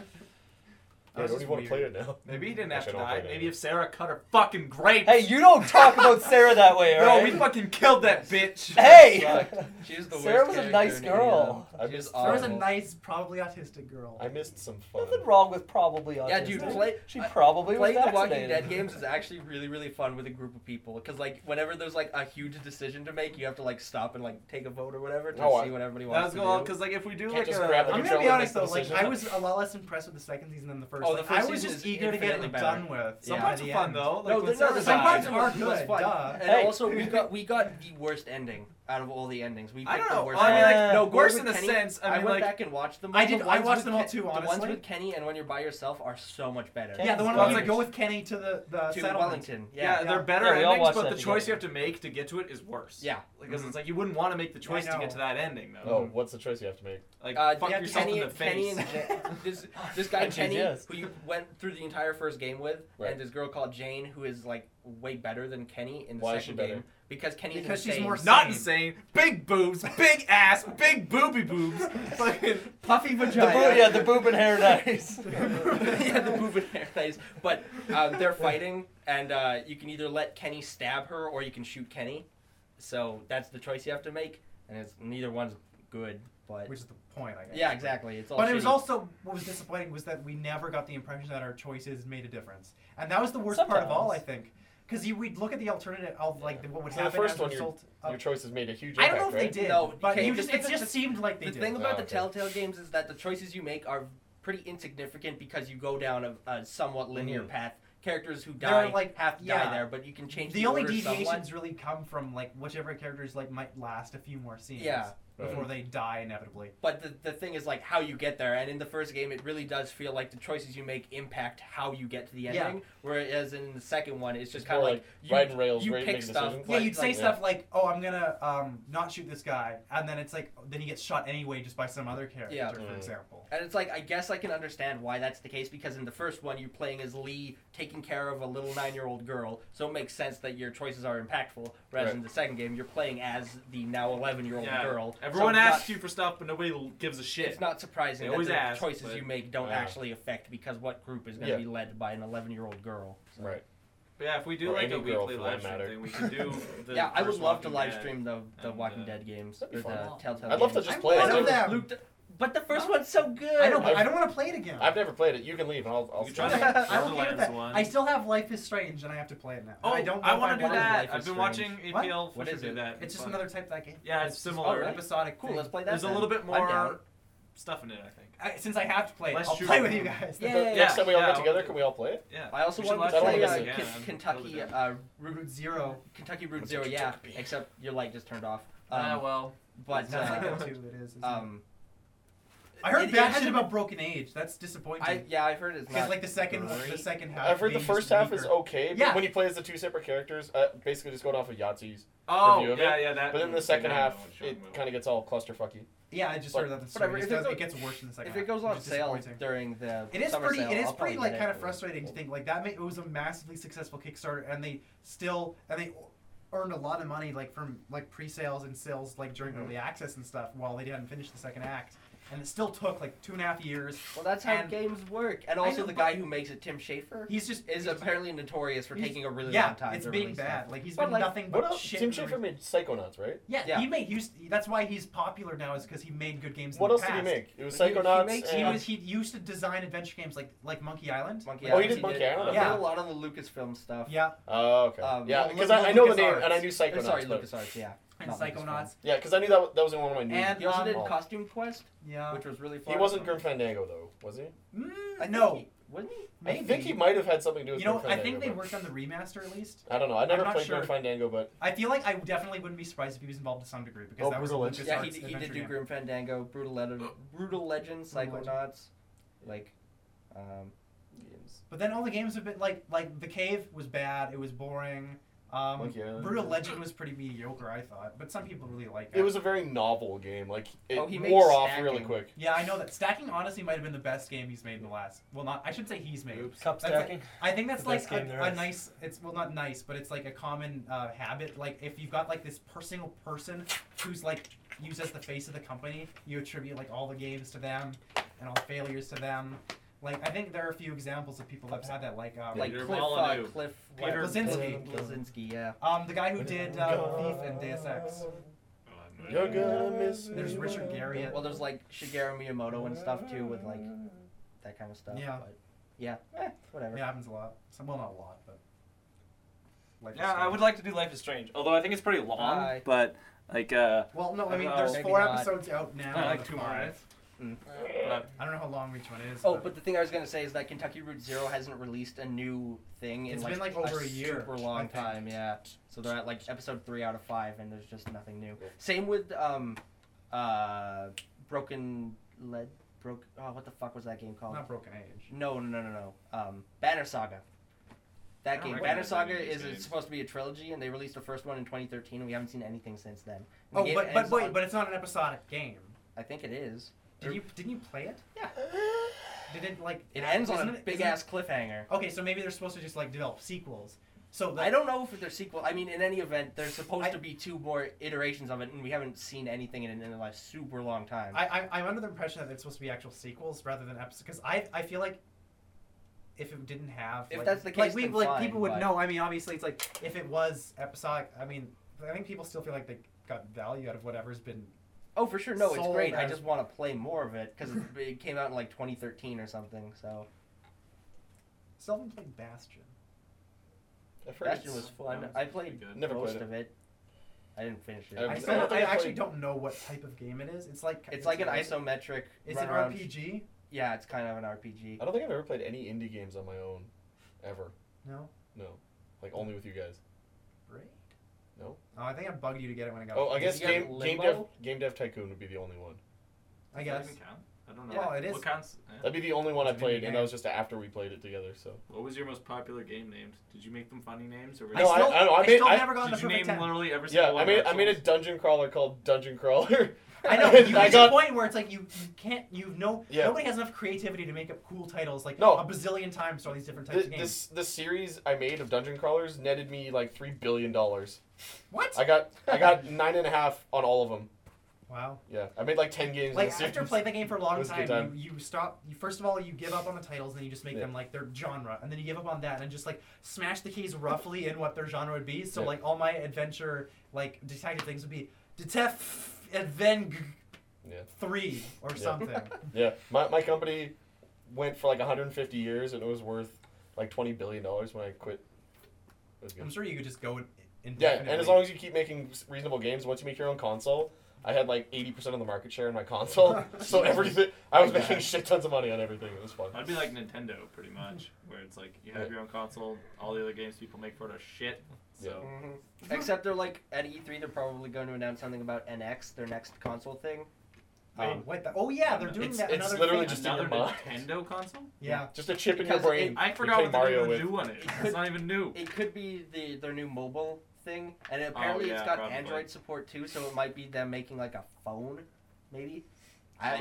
I don't even want to play it now. *laughs* Maybe he didn't have to Actually, I don't die. think I Maybe do. if Sarah cut her fucking grapes. Hey, you don't *laughs* talk about Sarah that way, Bro, alright? we fucking killed that bitch. *laughs* Hey! Sucked. She was the uh, Sarah worst was a character nice in any of girl. *laughs* them. I She was missed- awful. There was a nice, probably autistic girl. I missed some um, fun. Nothing wrong with probably autistic. Yeah, dude, play- She I- probably was Playing the Walking vaccinated. Dead games is actually really, really fun with a group of people because, like, whenever there's like a huge decision to make, you have to like stop and like take a vote or whatever to No, I- see what everybody That wants was to going on do. because like if we do Can't like just a, grab the I'm control gonna be honest and make though, the like decision. I was a lot less impressed with the second season than the first. Oh, the Like, first I was season just is eager to get it infinitely like, better. done with. Some Some Yeah. parts by are the fun end. though. Like when No, they're not Sarah the Some same parts died. It are was- it was good, fun. duh. And Hey. also, we got we got the worst ending out of all the endings. We I picked don't know. The worst I mean, like, Uh, no, no, worse in the sense. I I mean, went like, back and watched them. I all. did- The I ones watched with them all Ke- too, The ones honestly. with Kenny and when you're by yourself are so much better. Yeah, Yeah, the one Well, where you like- go with Kenny to the the to settlement. Wellington. yeah, Yeah. they're better Yeah, we all endings, watched but the that choice you have together. to make to get to it is worse. Yeah. because Mhm. it's like you wouldn't want to make the choice to get know. to that ending though. Oh, what's the choice you have to make? Like Uh, fuck yeah, yourself Kenny, in the Kenny face. and *laughs* Ja- *laughs* this, this guy And she's Kenny, yes. who you went through the entire first game with, Right. and this girl called Jane, who is like way better than Kenny in the Why is second she better? game because Kenny's Because she's insane. more Not insane. Big boobs, big ass, big booby boobs. Fucking *laughs* puffy The vagina. boob, yeah, the boob and hair *laughs* dice. yeah, the boob and hair things. But *laughs* um, they're fighting, and uh, you can either let Kenny stab her or you can shoot Kenny. So that's the choice you have to make, and it's neither one's good. But which is the point, I guess. yeah, exactly. It's all. But it was shitty. also what was disappointing was that we never got the impression that our choices made a difference, and that was the worst part of all, I Sometimes. think, because we'd look at the alternative of like the, what would So the happen first as a one you're- result. Your Of, choices made a huge Oh. I impact, don't know if right? they did, No, but okay, you the just, thing- it just seemed like they The did. thing about Oh, the okay. Telltale games is that the choices you make are pretty insignificant because you go down a, a somewhat Mm. linear path. Characters who They're die like- have to die yeah. there, but you can change the, the only order deviations somewhat. really come from like whichever characters like might last a few more scenes Yeah. Right. before they die inevitably. But the, the thing is like how you get there, and in the first game, it really does feel like the choices you make impact how you get to the Yeah. ending. Whereas in the second one, it's just It's kind of more like, like you, riding rails, you right, pick making stuff. decisions. Yeah, like- you'd say like- stuff like, "Oh, I'm gonna um, not shoot this guy," and then it's like then he gets shot anyway just by some other character, Yeah. for Mm. example. And it's like I guess I can understand why that's the case because in the first one, you're playing as Lee taking care of a little nine-year-old girl, so it makes sense that your choices are impactful. Whereas Right. in the second game, you're playing as the now eleven-year-old Yeah. girl. so Everyone it's asks not- you for stuff, but nobody l- gives a shit. It's not surprising They that always the ask, choices but- you make don't Yeah. actually affect because what group is going to Yeah. be led by an eleven-year-old girl. So- Right. But yeah, if we do Or like any a girl, weekly for that live stream matter. thing, we can do. The yeah, I would first love to Walking live Dead. stream the, the and, Walking uh, Dead games that'd be or the fun. Telltale. I'd love to games. just I'm play one it. of I've- them. Luke, th- but the first one's so good. I don't. I've- I don't want to play it again. I've never played it. You can leave, and I'll. I'll You stay. try to- I'm okay Borderlands with that. one. I still have Life is Strange, and I have to play it now. Oh, I don't. Know I if want I to do want that. Life I've is been Strange. watching What? APL What Fisher is do it? that. It's just fun. another type of that game. Yeah, it's just similar. an Alright. Episodic. Cool, thing. let's play that. There's a then. little bit I'm more down. stuff in it, I think. I, since I have to play, it, Let's I'll shoot play it. with you guys. Yeah, The yeah, Next time we all yeah, get together, can we all play it? Yeah. I also We should want live to stream play this uh, again. K- I'm totally Kentucky down. uh, Route Route Zero. Kentucky Route Zero. Yeah, Kentucky. except your light just turned off. Ah, Um, well. but It's not *laughs* like uh, that too, it is, isn't it? um, I heard it- it bad should- shit about Broken Age. That's disappointing. I yeah, I've heard it's Because not. like the second, great. the second half. I've heard the being first just half is weaker. okay, but Yeah. when you play as the two separate characters, uh, basically just going off of Yahtzee's. Oh, review of yeah, it, yeah. That, But then the second half, it kind of gets all clusterfucky. Yeah, I just But- heard that. The whatever, story if just it does, go- it gets worse in the second if it half, goes which on is sale disappointing. during the It is summer pretty. sale, It is I'll pretty probably like get kind it. of frustrating to think like that. ma- It was a massively successful Kickstarter, and they still and they earned a lot of money like from like pre-sales and sales like during Mm-hmm. early access and stuff while they hadn't finished the second act, and it still took like two and a half years. Well, that's how And- games work, and I also know, the but- guy who makes it, Tim Schafer, He's just is he's- apparently notorious for he's- taking a really yeah, long time. it's to being release bad. stuff. Like he's But, been like, nothing What but else? shit. Tim for Schafer every- made Psychonauts, right? Yeah, Yeah. he made. He used. That's why he's popular now. Is because he made good games. in What the else did he past. make? It was He- he Psychonauts. makes- He and- was. He used to design adventure games like like Monkey Island. Monkey Oh, he Island. did Monkey Island. He did Yeah. a lot of the Lucasfilm stuff. Yeah, Oh, okay. Um, yeah, well, because Lu- I, I know the Lucas name Arts. and I knew Psychonauts. I'm sorry, but- LucasArts, yeah. and Not Psychonauts. Yeah, because I knew that, that was in one of my new. And- He also did Um, Costume Quest, Yeah. which was really fun. he wasn't Grim Fandango though, was he? I Mm, think no, he- Wasn't he? maybe. I think he might have had something to do with You know, Grim I Fandango. think they but- worked on the remaster at least. I don't know. I never not played sure. Grim Fandango, but I feel like I definitely wouldn't be surprised if he was involved to some degree because Oh, that was a Brutal Lucas Legend. Yeah, he, Arts d- he did adventure do game. Grim Fandango, Brutal, Legend, Brutal Legend, Brutal Legend. Psychonauts, like, um, games. But then all the games have been like like the cave was bad. It was boring. Um, Monkey Island. Brutal Legend was pretty mediocre, I thought, but some people really like it. It was a very novel game. Like it Oh, he made wore off stacking. really quick. yeah, I know that stacking honestly might have been the best game he's made in the last. Well, not I should say he's made. Oops. Cup That's like- stacking. I think that's The like best game there a, a is. nice. It's well, not nice, but it's like a common uh, habit. Like if you've got like this personal person who's like used as the face of the company, you attribute like all the games to them and all the failures to them. Like I think there are a few examples of people that've had that. Like um, Like Peter Cliff, uh, Molyneux. Cliff Peter Blazinski. Blazinski, yeah. um the guy who did uh, Thief and Deus Ex. You're gonna miss There's me Richard when- Garriott. Well, there's like Shigeru Miyamoto and stuff too, with *laughs* like that kind of stuff. Yeah. But yeah. Eh, whatever. It happens a lot. Some, well, not a lot, but. Like Yeah, I would like to do Life is Strange, although I think it's pretty long. Bye. But like, uh, Well, no, I mean, No, there's maybe four not. episodes out now. I of like the two more five. minutes. uh, I don't know how long each one is. Oh, but the thing I was gonna say is that Kentucky Route Zero hasn't released a new thing in It's like, been, like, over a year. super long time. Yeah, so they're at like episode three out of five, and there's just nothing new. Same with um, uh, Broken Lead, broke. Oh, what the fuck was that game called? not Broken Age. No, no, no, no, no. Um, Banner Saga. That I don't game, Banner recognize Saga, any of these is it's names. supposed to be a trilogy, and they released the first one in 2013, and we haven't seen anything since then. And the Oh, game but but ends wait, on- but it's not an episodic game. I think it is. Did you didn't you play it? Yeah. Did it like Er It add- ends on a isn't it- big isn't- ass cliffhanger. Okay, so maybe they're supposed to just like develop sequels. So the, I don't know if they're sequel. I mean, in any event, there's supposed I- to be two more iterations of it, and we haven't seen anything in it in a like, super long time. I, I I'm under the impression that it's supposed to be actual sequels rather than episodes because I I feel like if it didn't have If like, that's the like case, we then like fine, people would but- know. I mean, obviously it's like if it was episodic. I mean, I think people still feel like they got value out of whatever's been. oh, for sure, no, it's Sold great. I as- just want to play more of it because it came out in like 2013 or something. So Still haven't played Bastion. I've heard Bastion it's- was fun. that I was played pretty good. Never most played it. of it. I didn't finish it. I I, was- still, I I actually played- don't know what type of game it is. It's like It's like an a- isometric. It's run an around- RPG. Yeah, it's kind of an RPG. I don't think I've ever played any indie games on my own, ever. No, No, like only with you guys. great. No? Oh, I think I bugged you to get it when I got. Oh, it. I guess you game, get game dev Limbo? game dev tycoon would be the only one. I Does that guess. even count? I don't know. Yeah, it is. What counts? yeah. That'd be the only one I It's an indie played, and that game. was just after we played it together. So What was your most popular game named? Did you make them funny names or were no, you- I, still- I, know, I I made still I, never got the did you perfect name ten. literally every yeah single I one? made Dark I made a Souls? dungeon crawler called Dungeon Crawler. I *laughs* know. And You I reach got- a point where it's like you, you can't, you know, Yeah. nobody has enough creativity to make up cool titles like No. a bazillion times for all these different types Th- of games. this the series I made of dungeon crawlers netted me like three billion dollars. what? I got I got nine and a half on all of them. wow. Yeah, I made like ten games. in Like the after *laughs* series. playing the game for a long It was a time, good time. You, you stop. You, first of all, you give up on the titles, and then you just make Yeah. them like their genre, and then you give up on that, and just like smash the keys roughly in what their genre would be. So Yeah. like all my adventure like detective things would be detef adveng Yeah. three or Yeah. *laughs* something. Yeah, my, my company went for like 150 years, and it was worth like 20 billion dollars when I quit. It was good. I'm sure you could just go in- Yeah, indefinitely. and as long as you keep making s- reasonable games, once you make your own console, I had like 80% of the market share in *laughs* my console, so everything I was making shit tons of money on everything. It was fun. I'd be like Nintendo, *laughs* pretty much, where it's like you have your own console. All the other games people make for it are shit. So Except they're like at E3, they're probably going to announce something about NX, their next console thing. Wait, Um, what the? Oh yeah, they're doing it's- that. it's another literally thing. just in another your mind. Nintendo console? yeah. Just a chip in your Because it- brain. I you forgot play what the Mario Mario with. new one *laughs* is. It's not even new. It could be the their new mobile thing, and apparently Oh, yeah, it's got probably. Android support too, so it might be them making like a phone, maybe. I,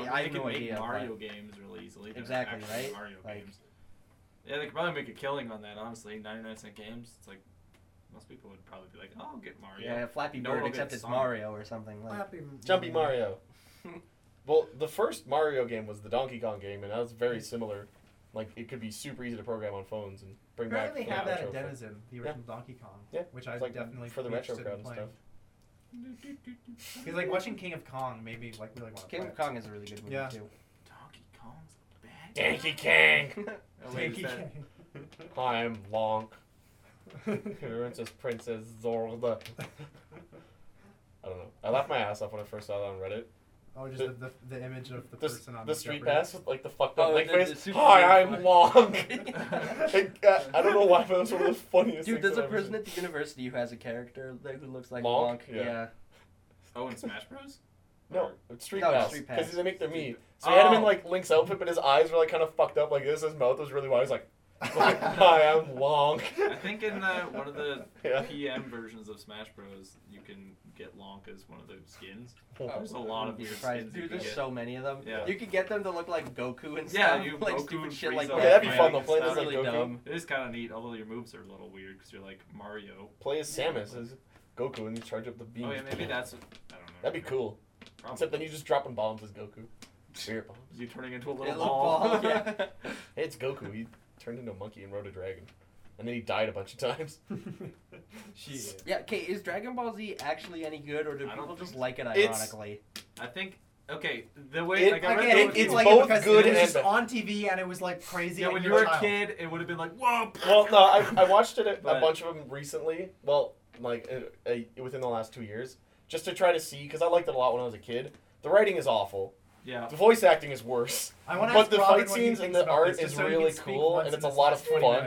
Well, I they have could no make idea. but- Mario games really easily. They're Exactly, actually right? Mario Like- games. Yeah, they could probably make a killing on that. Honestly, ninety-nine cent games. It's like most people would probably be like, "Oh, I'll get Mario." yeah, Flappy No Bird, one will except get it's Sonic. Mario or something. *laughs* Like, Jumpy Mario. well, the first Mario game was the Donkey Kong game, and that was very similar. Like it could be super easy to program on phones and bring Apparently back. they have the that retro at effect. Denizen, the original Donkey Kong, Yeah. which I It's like definitely for the be retro interested in crowd and playing. stuff. Because like watching King of Kong made me like really want to King play. of Kong is a really good movie Yeah. too. *laughs* Donkey Kong's the bad. Donkey Kong. Oh, wait, is Donkey that- *laughs* I'm Lonk. Princess Princess Zorda. I don't know. I laughed my ass off when I first saw that on Reddit. *laughs* Oh, just The- the, the, the image of the, The, person on the street Jeopardy. pass with like the fucked up Oh, link the- the face. super Hi, I'm weird Lonk. *laughs* Like, uh, I don't know why, but that's one of the funniest Dude, things there's a I've ever person seen. at the university who has a character that, who looks like Monk? Monk. Yeah. yeah. oh, in Smash Bros. No, it's street No, it's pass. Street Because Pass. they make their meat. So he had him in Oh. like Link's outfit, but his eyes were like kind of fucked up like this. His mouth was really wide. He's like, Like, *laughs* Hi, I'm Wonk. I think in uh, one of the *laughs* *laughs* Yeah. PM versions of Smash Bros, you can get Lonk as one of the skins. Oh, There's a lot of You'd be weird surprised. skins you Dude, can there's get. so many of them. Yeah. You could get them to look like Goku and Yeah, stuff. you *laughs* like Goku, stupid shit Frieza, like Yeah, that. that'd be fun to It's play as, like, really Goku. dumb. It is kind of neat, although your moves are a little weird because you're like Mario. Play as Samus, as Goku, and you charge up the beam. Oh yeah, maybe that's. what- I don't know. That'd be cool. Probably. Except then you're just dropping bombs as Goku. Spirit bombs. you turning into a little It looked ball. ball. Yeah. Hey, it's Goku. He turned into a monkey and rode a dragon. And then he died a bunch of times. *laughs* Shit. Yeah, okay, is Dragon Ball Z actually any good, or do I don't people think just so. like it It's- ironically? *laughs* I think. Okay, the way It- like I I read get the it, one- it's like both because good it was and just bad. on TV and it was like crazy. yeah, and when you you were a child. kid, it would have been like whoa. Well, no, I, *laughs* I watched it a, a But- bunch of them recently. Well, like uh, uh, within the last two years, just to try to see because I liked it a lot when I was a kid. The writing is awful. Yeah. The voice acting is worse. I want to But ask the Robin fight what he scenes thinks and the about art this, just is so he can really speak cool, once and in it's a this lot last of 20 fun.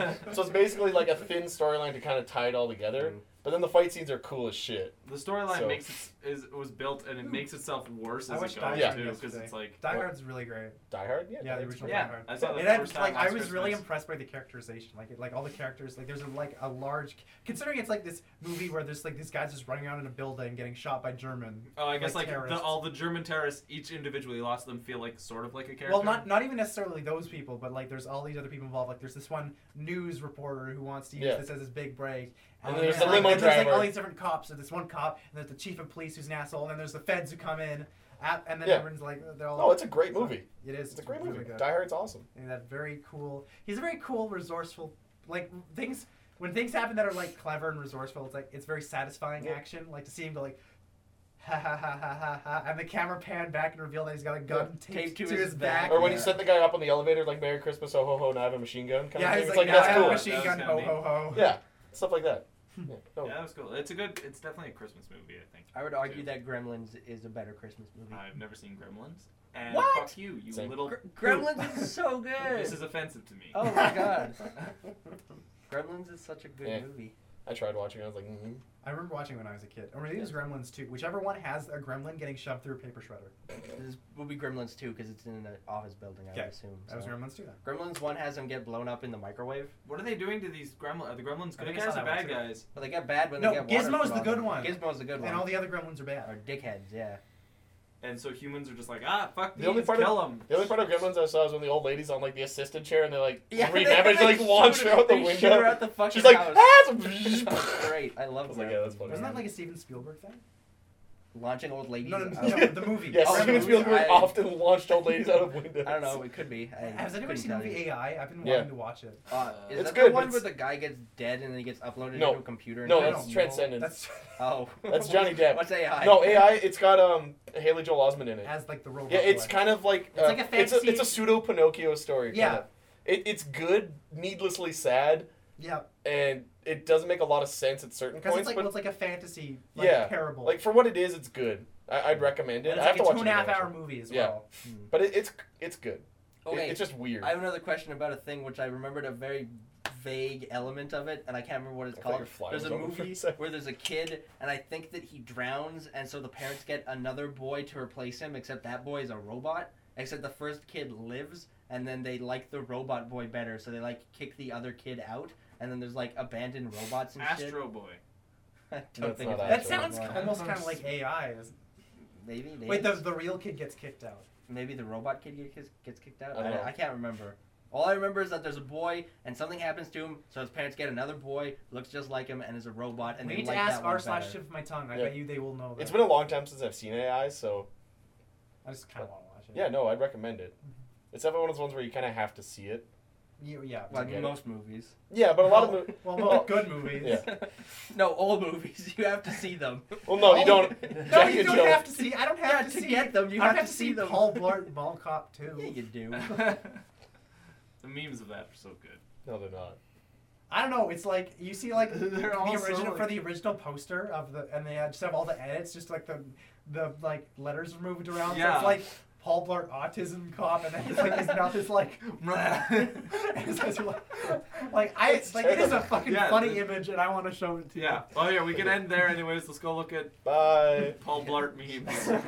minutes. *laughs* So it's basically like a thin storyline to kind of tie it all together. Mm-hmm. But then the fight scenes are cool as shit. The storyline So- makes it is was built and it makes itself worse I as wish it goes Die Hard too because yesterday. it's like Die What? Hard's really great. Die Hard, yeah, Yeah, Die the Hard's original cool. yeah. Die Hard. I saw that It the had, first time like last I was really Christmas. impressed by the characterization, like it, like all the characters, like there's a, like a large, considering it's like this movie where there's like these guys just running around in a building getting shot by German. Oh, I guess like like, the, terrorists. all the German terrorists, each individually lost them, feel like sort of like a character. Well, not not even necessarily those people, but like there's all these other people involved. Like there's this one news reporter who wants to use Yeah. this as his big break, And then there's like, the limo and there's like all driver. these different cops. There's this one cop, and there's the chief of police who's an asshole, and then there's the feds who come in, at, and then Yeah. everyone's like they're all. No, Oh, it's a great movie. it is. It's a great really movie. good. Die Hard's awesome. And that very cool. He's a very cool, resourceful. Like things when things happen that are like clever and resourceful, it's like it's very satisfying Yeah. action. Like to see him go like. Ha ha ha ha ha ha! And the camera pan back and reveal that he's got a gun taped, to, his, back. Or when Yeah. you set the guy up on the elevator, like Merry Christmas, oh ho ho, now I have a machine gun. Kind yeah, of he's thing. like, It's like, now I that's have cool. a machine That gun. was Ho kinda ho ho. Yeah, stuff like *laughs* that. Yeah, Oh, no. Yeah, that was cool. It's a good. It's definitely a Christmas movie. I think. I would argue too. that Gremlins is a better Christmas movie. I've never seen Gremlins. And What? fuck you, you Same. little. Gr- poop. Gremlins is *laughs* so good. This is offensive to me. oh my god, Gremlins is such a good Yeah. movie. I tried watching. I was like, mm I remember watching when I was a kid. Or maybe it was Gremlins too. Whichever one has a gremlin getting shoved through a paper shredder. This will be Gremlins too because it's in an office building. I Yeah, would assume. That was so. Gremlins too. Then. Gremlins one has them get blown up in the microwave, *laughs* What are they doing to these gremlins? Are the gremlins I good think I saw guys or that one bad too. guys? but they get bad when No, they get water. Gizmo's put the on good them. one. Gizmo's the good one. And all the other gremlins are bad. or dickheads, yeah. And so humans are just like, ah, fuck The these, only part of- kill them. The only part of Gremlins I saw is when the old lady's on like the assistant chair and they like Yeah, *laughs* remember to like launch her out the they window. Shoot her out the fucking She's like, house. ah! That's *laughs* great. I I love was that. like, yeah, that's funny. Wasn't that like a Steven Spielberg thing? Launching old ladies. *laughs* No, no, out no, of- no, the movie. Yes, Oh, Steven really? Spielberg I- often launched old ladies out of windows. I don't know. It *laughs* could be. I Has anybody couldn't seen the tell movie you. AI? I've been Yeah. wanting to watch it. Uh, is It's that good, the but one it's- where the guy gets dead and then he gets uploaded No. into a computer? No, and that's no. *laughs* Transcendence. That's Oh, *laughs* That's Johnny Depp. What's AI? No, AI. It's got um Haley Joel Osment in it. as like the robot. Yeah, it's boy. kind of like uh, It's like a fantasy- It's a, it's a pseudo Pinocchio story. Yeah. Kind of. It, it's good, needlessly sad, yeah, and it doesn't make a lot of sense at certain because points. it's like but well, it's like a fantasy like, Yeah, parable. like for what it is, it's good. I, I'd recommend it. And I it's have like to a watch two and it a half again, hour actually. movie as Yeah. well. But it, it's it's good. Oh, It- Okay, it's just weird. I have another question about a thing which I remembered a very vague element of it, and I can't remember what it's I thought called. your fly There's was a over for a *laughs* movie second. where there's a kid, and I think that he drowns, and so the parents get another boy to replace him. Except that boy is a robot. Except the first kid lives, and then they like the robot boy better, so they like kick the other kid out. And then there's like abandoned robots and shit. Astro Boy. *laughs* I That's don't think not it's That Astro sounds Boy. almost kind of like AI. isn't it? maybe. maybe. Wait, the the real kid gets kicked out. maybe the robot kid get- gets, gets kicked out. I don't know. I, I can't remember. All I remember is that there's a boy and something happens to him, so his parents get another boy looks just like him and is a robot, and we they need like to ask that one r slash better. tip of my tongue. I Yeah. bet you they will know that. It's been a long time since I've seen AI, so I just kind of want to watch it. yeah, no, I'd recommend it. Mm-hmm. It's definitely one of those ones where you kind of have to see it. You- yeah. Like Forget it. most movies. Yeah, but a lot of Well- mo- *laughs* *laughs* Well, well, good movies. Yeah. *laughs* no, all movies. *laughs* You have to see them. *laughs* well, no, you don't. *laughs* No, Jack you and don't Jill. have to see. I don't have Yeah, to, to see get them, you I don't have to see them. *laughs* Paul Blart Mall Cop Yeah, too. you do. *laughs* the memes of that are so good. *laughs* No, they're not. I don't know. It's like you see, like They're the all so, original like- for the original poster of the, and they had just have all the edits, just like the the like letters were moved around. So Yeah. it's like Paul Blart autism cop, and then it's like his mouth is like. *laughs* and his eyes are like, like I it's like it is a fucking Yeah, funny the- image, and I want to show it to you. yeah. Oh yeah, we can end there anyways. Let's go look at Bye. *laughs* Paul Blart memes.